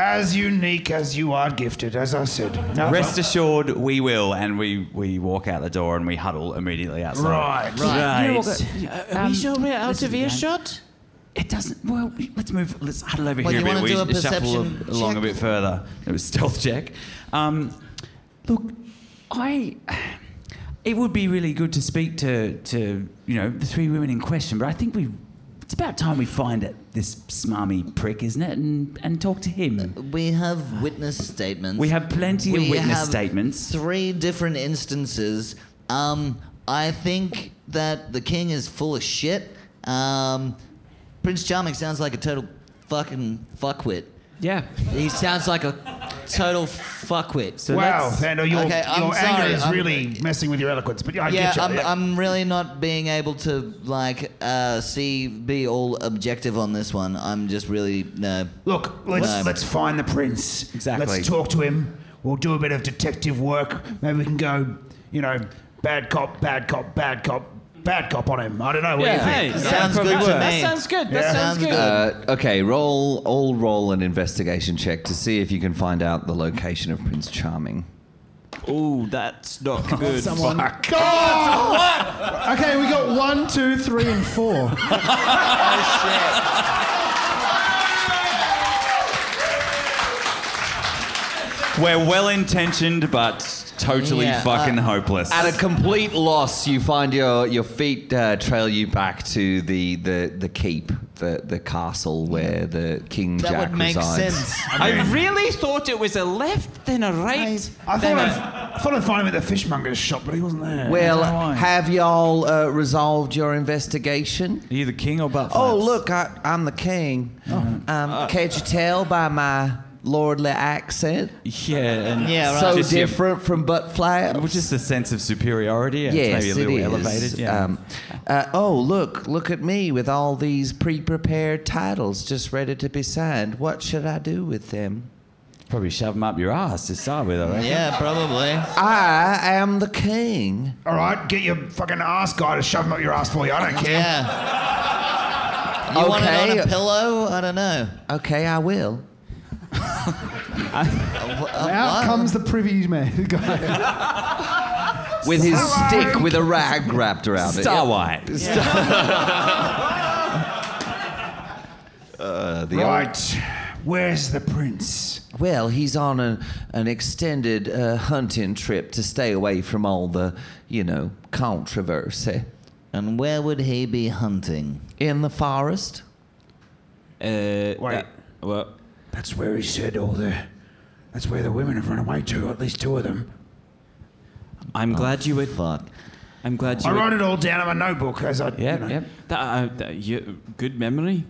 Speaker 6: As unique as you are gifted, as I said. No,
Speaker 2: Rest assured, we will, and we, we walk out the door and we huddle immediately outside.
Speaker 6: Right.
Speaker 2: right.
Speaker 8: Are we sure we're out of earshot?
Speaker 2: It doesn't. Well, let's move. Let's huddle over
Speaker 3: Well,
Speaker 2: here
Speaker 3: you
Speaker 2: a bit.
Speaker 3: wanna do a
Speaker 2: We shuffle
Speaker 3: perception
Speaker 2: a- along a
Speaker 3: check?
Speaker 2: bit further. It was stealth check. Um, look, I. It would be really good to speak to to you know the three women in question, but I think we It's about time we find it, this smarmy prick, isn't it? And, and talk to him.
Speaker 3: We have witness statements.
Speaker 2: We have plenty of
Speaker 3: We
Speaker 2: witness
Speaker 3: have
Speaker 2: statements.
Speaker 3: Three different instances. Um, I think that the king is full of shit. Um, Prince Charming sounds like a total fucking fuckwit.
Speaker 5: Yeah.
Speaker 3: He sounds like a total fuckwit.
Speaker 2: So
Speaker 6: wow,
Speaker 2: let's-
Speaker 6: Thando, your,
Speaker 3: Okay, I'm
Speaker 6: your anger
Speaker 3: sorry,
Speaker 6: is
Speaker 3: I'm-
Speaker 6: really messing with your eloquence, but I
Speaker 3: yeah,
Speaker 6: get you.
Speaker 3: I'm, I'm really not being able to like uh, see be all objective on this one. I'm just really no.
Speaker 6: Look, let's
Speaker 3: Um,
Speaker 6: let's find the prince.
Speaker 2: Exactly.
Speaker 6: Let's talk to him. We'll do a bit of detective work. Maybe we can go, you know, bad cop, bad cop, bad cop, bad cop on him. I don't know. What do you think?
Speaker 5: Hey,
Speaker 3: Sounds
Speaker 5: yeah,
Speaker 3: good
Speaker 5: that-
Speaker 3: to
Speaker 5: that
Speaker 3: me.
Speaker 5: sounds good.
Speaker 6: Yeah.
Speaker 5: That sounds good.
Speaker 3: Sounds good.
Speaker 4: Uh, okay, roll all roll an investigation check to see if you can find out the location of Prince Charming.
Speaker 5: Oh, that's not good.
Speaker 1: Okay, we got one, two, three, and four.
Speaker 2: We're well intentioned, but totally
Speaker 3: Yeah,
Speaker 2: fucking
Speaker 3: uh,
Speaker 2: hopeless.
Speaker 4: At a complete loss, you find your your feet uh, trail you back to the the, the keep, the the castle where the King
Speaker 3: That
Speaker 4: Jack
Speaker 3: would make
Speaker 4: resides.
Speaker 3: sense.
Speaker 5: I really thought it was a left, then a right.
Speaker 6: I
Speaker 5: then
Speaker 6: thought
Speaker 5: a-
Speaker 6: I'd, I thought I'd find him at the fishmonger's shop, but he wasn't there.
Speaker 4: Well,
Speaker 6: I don't know why.
Speaker 4: have y'all uh, resolved your investigation?
Speaker 2: Are you the king or butt?
Speaker 4: Oh,
Speaker 2: flaps?
Speaker 4: look, I, I'm the king.
Speaker 3: Oh.
Speaker 4: Um, can't you tell by my lordly accent?
Speaker 2: Yeah, and
Speaker 3: Yeah, right.
Speaker 4: So
Speaker 2: Just your-
Speaker 4: different from butt flaps.
Speaker 2: Well, just a sense of superiority. and
Speaker 4: yes,
Speaker 2: maybe a little
Speaker 4: it is.
Speaker 2: elevated. Yeah.
Speaker 4: Um, uh, oh, look, look at me with all these pre-prepared titles just ready to be signed. What should I do with them?
Speaker 2: Probably shove them up your ass to start with, I reckon.
Speaker 3: Yeah, probably.
Speaker 4: I am the king.
Speaker 6: all right, get your fucking ass guy to shove him up your ass for you. I don't care.
Speaker 3: Yeah. You want it
Speaker 4: Okay.
Speaker 3: on a pillow? I don't know.
Speaker 4: Okay, I will.
Speaker 3: Um,
Speaker 4: Ah.
Speaker 1: Out comes the privy man guy.
Speaker 4: With his stick with a rag wrapped around it.
Speaker 2: Starlight.
Speaker 4: Uh, the old-
Speaker 6: Right, where's the prince?
Speaker 4: Well, he's on an, an extended uh, hunting trip to stay away from all the, you know, controversy.
Speaker 3: And where would he be hunting?
Speaker 4: In the forest?
Speaker 5: Uh, that- well,
Speaker 6: That's where he said all the. That's where the women have run away to, at least two of them.
Speaker 5: I'm glad you would.
Speaker 3: Fuck.
Speaker 5: I'm glad you.
Speaker 6: I
Speaker 5: would-
Speaker 6: wrote it all down in my notebook as I.
Speaker 5: Yep,
Speaker 6: you know,
Speaker 5: yep. That, uh, that, you, good memory.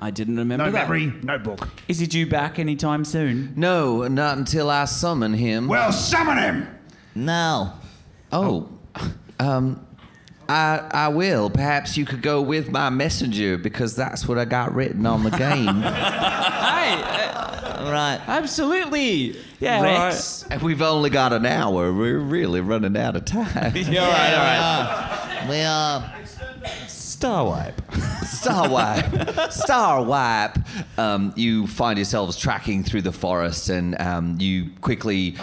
Speaker 5: I didn't remember
Speaker 6: No
Speaker 5: that.
Speaker 6: memory, notebook.
Speaker 2: Is he due back anytime soon?
Speaker 4: No, not until I summon him.
Speaker 6: Well, summon him!
Speaker 3: Now.
Speaker 4: oh, um, I, I will. Perhaps you could go with my messenger because that's what I got written on the game.
Speaker 5: Aye, uh,
Speaker 3: All right.
Speaker 5: absolutely. Yeah.
Speaker 4: Rex, and we've only got an hour. We're really running out of time.
Speaker 5: all right. Yeah, all right, all right.
Speaker 3: We are.
Speaker 4: Starwipe. Starwipe. Starwipe. Um, you find yourselves tracking through the forest and um, you quickly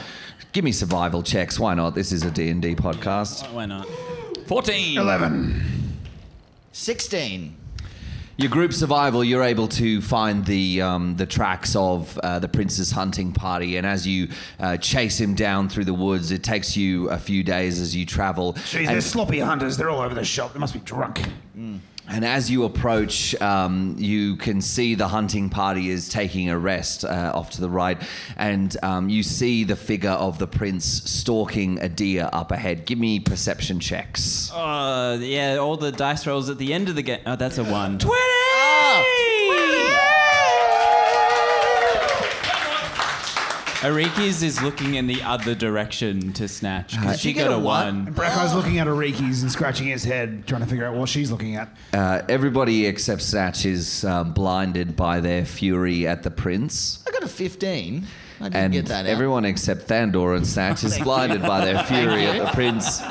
Speaker 4: give me survival checks. Why not? This is a D&D podcast.
Speaker 5: Why not?
Speaker 2: 14.
Speaker 6: 11.
Speaker 3: 16.
Speaker 4: Your group survival, you're able to find the um, the tracks of uh, the prince's hunting party, and as you uh, chase him down through the woods, it takes you a few days as you travel.
Speaker 6: Jeez,
Speaker 4: And-
Speaker 6: they're sloppy hunters. They're all over the shop. They must be drunk.
Speaker 4: And as you approach, um, you can see the hunting party is taking a rest uh, off to the right, and um, you see the figure of the prince stalking a deer up ahead. Give me perception checks.
Speaker 5: Uh, yeah, all the dice rolls at the end of the game. Oh, that's a one. Twenty. Ariki's is looking in the other direction to snatch 'cause she
Speaker 3: you get
Speaker 5: got
Speaker 3: a
Speaker 5: a
Speaker 3: what?
Speaker 5: one.
Speaker 6: Bracco's looking at Ariki's and scratching his head, trying to figure out what she's looking at.
Speaker 4: Uh, everybody except Snatch is uh, blinded by their fury at the prince.
Speaker 3: I got a 15. I didn't
Speaker 4: and
Speaker 3: get that out.
Speaker 4: everyone except Thandor and Snatch is blinded by their fury at the prince.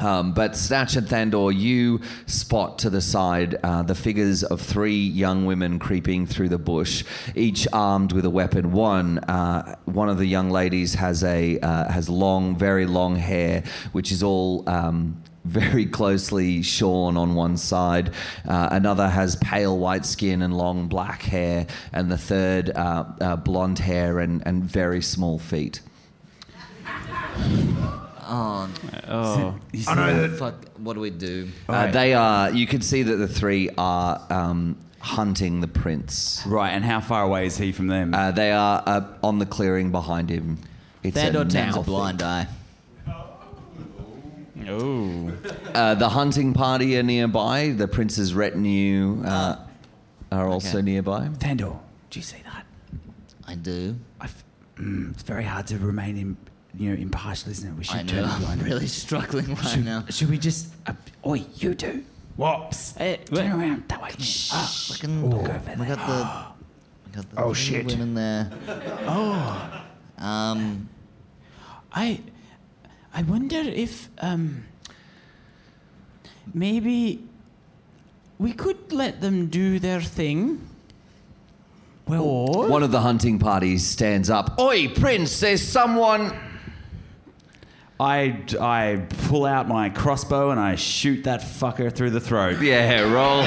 Speaker 4: Um, but Snatch and Thandor, you spot to the side uh, the figures of three young women creeping through the bush, each armed with a weapon. One, uh, one of the young ladies has a uh, has long, very long hair, which is all. Um, very closely shorn on one side. Uh, another has pale white skin and long black hair. And the third, uh, uh, blonde hair and, and very small feet.
Speaker 3: Oh,
Speaker 5: Oh.
Speaker 6: I know that
Speaker 3: fuck. What do we do?
Speaker 4: Uh, they are. You can see that the three are um, hunting the prince.
Speaker 2: Right, and how far away is he from them?
Speaker 4: Uh, they are uh, on the clearing behind him. It's a
Speaker 3: Thandor turns
Speaker 4: now
Speaker 3: a blind eye.
Speaker 5: Oh.
Speaker 4: thing. Uh, the hunting party are nearby. The prince's retinue
Speaker 3: Ah.
Speaker 4: uh, are also nearby.
Speaker 2: Thandor, do you see that?
Speaker 3: I do.
Speaker 2: I f- mm, it's very hard to remain in, you know, impartial, isn't it? We
Speaker 3: I
Speaker 2: should
Speaker 3: know.
Speaker 2: turn
Speaker 3: I'm
Speaker 2: blind.
Speaker 3: really struggling right
Speaker 2: should,
Speaker 3: now.
Speaker 2: should we just? Uh, oi, you two,
Speaker 6: what?
Speaker 2: turn around that way. Ah,
Speaker 3: Fucking, we got the. We got the
Speaker 6: Oh,
Speaker 3: little
Speaker 6: shit.
Speaker 3: Women there. Oh. Um.
Speaker 5: I I wonder if um maybe we could let them do their thing. Well, or
Speaker 4: One of the hunting parties stands up. Oi, prince! There's someone.
Speaker 2: I I pull out my crossbow and I shoot that fucker through the throat.
Speaker 4: Yeah, roll.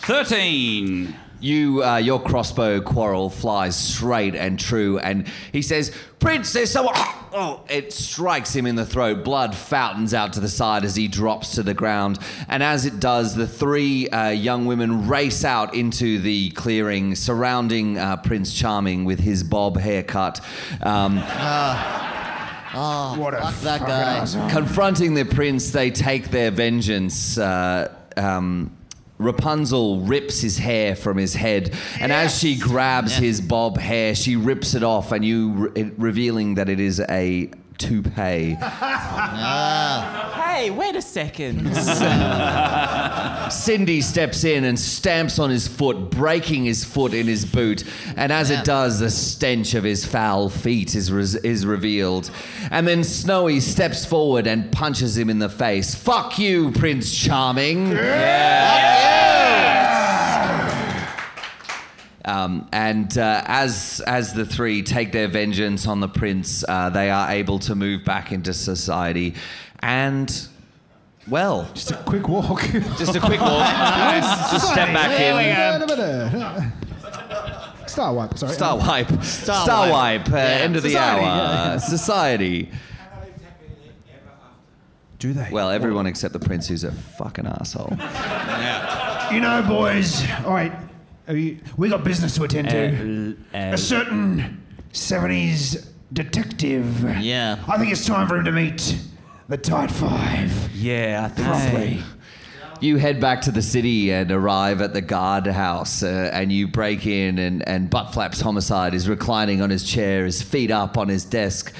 Speaker 2: Thirteen.
Speaker 4: You, uh, your crossbow quarrel flies straight and true, and he says, "Prince, there's someone." Oh, it strikes him in the throat. Blood fountains out to the side as he drops to the ground, and as it does, the three uh, young women race out into the clearing, surrounding uh, Prince Charming with his bob haircut. Um,
Speaker 6: What a
Speaker 3: Fuck that
Speaker 6: fucking
Speaker 3: guy.
Speaker 6: asshole.
Speaker 4: Confronting the prince, they take their vengeance. Uh, um, Rapunzel rips his hair from his head, and as she grabs his bob hair, she rips it off, and you re- it- revealing that it is a toupee.
Speaker 5: hey, wait a second.
Speaker 4: Cindy steps in and stamps on his foot, breaking his foot in his boot. And as it does, the stench of his foul feet is, res- is revealed. And then Snowy steps forward and punches him in the face. Fuck you, Prince Charming. Um, and uh, as as the three take their vengeance on the prince, uh, they are able to move back into society, and well,
Speaker 1: Just a quick walk.
Speaker 4: just a quick walk. just step back in.
Speaker 1: Star wipe, sorry.
Speaker 4: Star wipe. Star, wipe. Uh, End of the
Speaker 1: Society,
Speaker 4: hour. Society.
Speaker 6: Do they?
Speaker 4: Well, everyone except the prince, who's a fucking asshole.
Speaker 6: you know, boys. All right, are you- we got business to attend to.
Speaker 2: Uh,
Speaker 6: a certain '70s detective.
Speaker 3: Yeah.
Speaker 6: I think it's time for him to meet the Tight Five
Speaker 2: Yeah, I think.
Speaker 6: properly.
Speaker 4: You head back to the city and arrive at the guardhouse, uh, and you break in, and, and Butt Flaps Homicide is reclining on his chair, his feet up on his desk.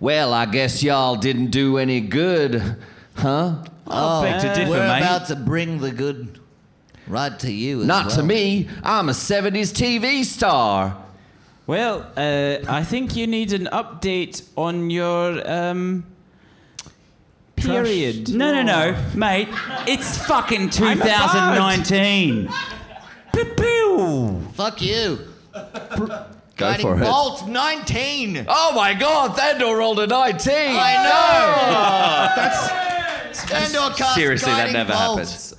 Speaker 4: Well, I guess y'all didn't do any good, huh?
Speaker 2: I'll beg to differ,
Speaker 3: Oh. We're
Speaker 2: mate.
Speaker 3: about to bring the good right to you. As
Speaker 4: Not to
Speaker 3: well.
Speaker 4: me. I'm a 70s TV star.
Speaker 5: well, uh, I think you need an update on your um period.
Speaker 2: No, no, no, mate. It's fucking 2019. Pew, pew.
Speaker 3: Fuck you.
Speaker 4: Go
Speaker 3: Guiding
Speaker 4: for it.
Speaker 3: Bolt 19.
Speaker 4: Oh my god, Thandor rolled a 19!
Speaker 3: I know. That's.
Speaker 4: Seriously, that never happens.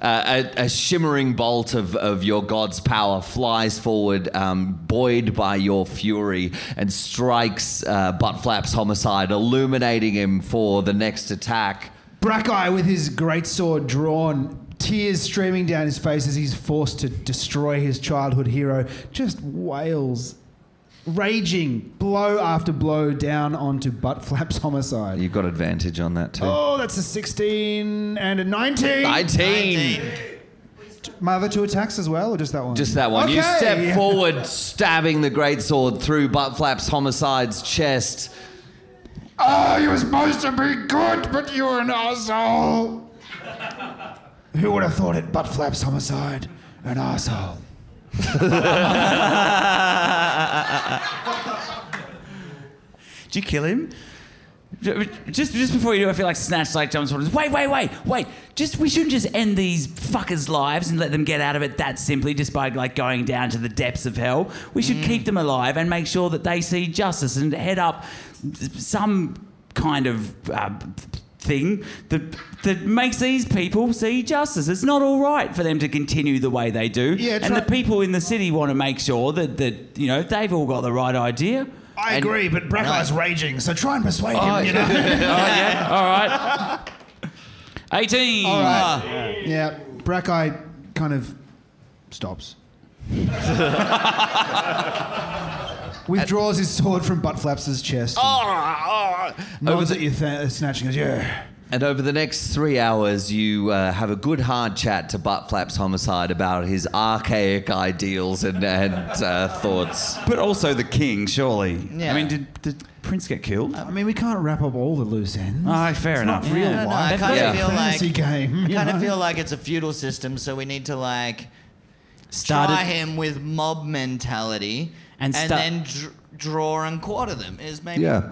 Speaker 4: Uh, a, a shimmering bolt of, of your god's power flies forward, um, buoyed by your fury, and strikes uh, Butt Flaps Homicide, illuminating him for the next attack.
Speaker 1: Brackeye with his great sword drawn, tears streaming down his face as he's forced to destroy his childhood hero, just wails, raging blow after blow down onto Butt Flaps homicide.
Speaker 4: You've got advantage on that too.
Speaker 1: Oh, that's a 16 and a 19.
Speaker 4: 19.
Speaker 1: My other two attacks as well, or just that one?
Speaker 4: Just that one. You
Speaker 1: Okay.
Speaker 4: step forward, stabbing the greatsword through Butt Flaps Homicide's chest.
Speaker 6: Oh, you were supposed to be good, but you're an asshole. Who would have thought it? Butt flaps homicide, an asshole.
Speaker 2: Did you kill him? Just, just before you do, I feel like Snatch like jumps forward. and says, Wait, wait, wait, wait! Just we shouldn't just end these fuckers' lives and let them get out of it that simply, just by like going down to the depths of hell. We should keep them alive and make sure that they see justice and head up some kind of uh, thing that that makes these people see justice. It's not all right for them to continue the way they do.
Speaker 1: Yeah,
Speaker 2: and
Speaker 1: try-
Speaker 2: the people in the city want to make sure that that you know they've all got the right idea.
Speaker 6: I
Speaker 4: And-
Speaker 6: agree, but Brackeye's raging, so try and persuade
Speaker 4: Oh,
Speaker 6: him. You know?
Speaker 5: All right. 18.
Speaker 2: Ah.
Speaker 1: Yeah, Brackeye kind of stops. Withdraws his sword from butt flaps' chest.
Speaker 4: Oh,
Speaker 1: nods at you, th- uh, snatching. Goes, yeah.
Speaker 4: And over the next three hours, you uh, have a good hard chat to Butt Flaps Homicide about his archaic ideals and, and uh, thoughts.
Speaker 2: But also the king, surely.
Speaker 3: Yeah.
Speaker 2: I mean, did, did Prince get killed?
Speaker 1: I mean, we can't wrap up all the loose ends.
Speaker 2: Ah, fair enough.
Speaker 1: Real
Speaker 3: I don't know, I
Speaker 1: life.
Speaker 3: kind
Speaker 4: Yeah.
Speaker 3: of feel like
Speaker 1: Fantasy game.
Speaker 3: I
Speaker 1: you
Speaker 3: kind
Speaker 1: know?
Speaker 3: of feel like it's a feudal system, so we need to like try
Speaker 5: Started.
Speaker 3: him with mob mentality
Speaker 5: And
Speaker 3: and,
Speaker 5: sta-
Speaker 3: then dr- draw and quarter them. Is maybe
Speaker 4: Yeah.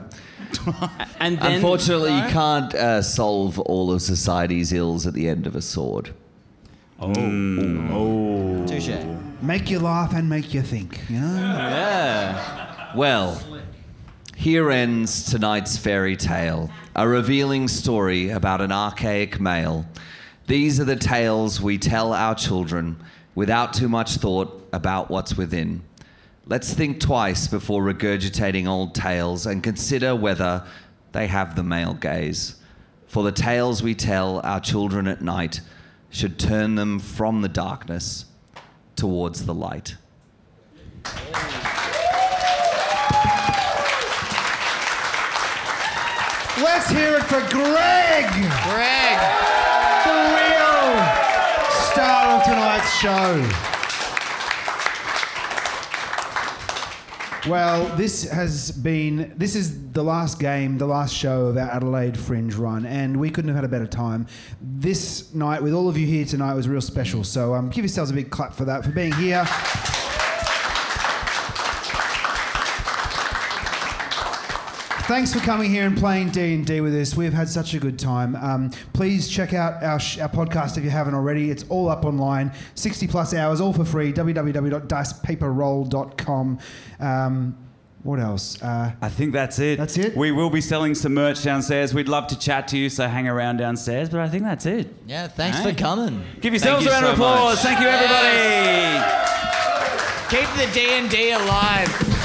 Speaker 5: And then.
Speaker 4: Unfortunately, you can't uh, solve all of society's ills at the end of a sword.
Speaker 3: touche.
Speaker 1: Make you laugh and make you think. You know?
Speaker 4: Well, here ends tonight's fairy tale, a revealing story about an archaic male. These are the tales we tell our children without too much thought about what's within. Let's think twice before regurgitating old tales and consider whether they have the male gaze. For the tales we tell our children at night should turn them from the darkness towards the light.
Speaker 1: Let's hear it for Greg,
Speaker 8: Greg.
Speaker 1: the real star of tonight's show. Well, this has been this is the last game, the last show of our Adelaide Fringe run, and we couldn't have had a better time. This night with all of you here tonight was real special. So um, give yourselves a big clap for that for being here. Thanks for coming here and playing D and D with us. We've had such a good time. Um, please check out our, sh- our podcast if you haven't already. It's all up online, 60 plus hours, all for free. www.dicepaperroll.com. Um, what else? Uh,
Speaker 2: I think that's it.
Speaker 1: That's it?
Speaker 2: We will be selling some merch downstairs. We'd love to chat to you, so hang around downstairs. But I think that's it.
Speaker 3: Yeah, thanks
Speaker 2: Hey.
Speaker 3: for coming.
Speaker 2: Give yourselves
Speaker 5: you
Speaker 2: a round of
Speaker 5: so much.
Speaker 2: applause. Thank you, everybody.
Speaker 8: Keep the D and D alive.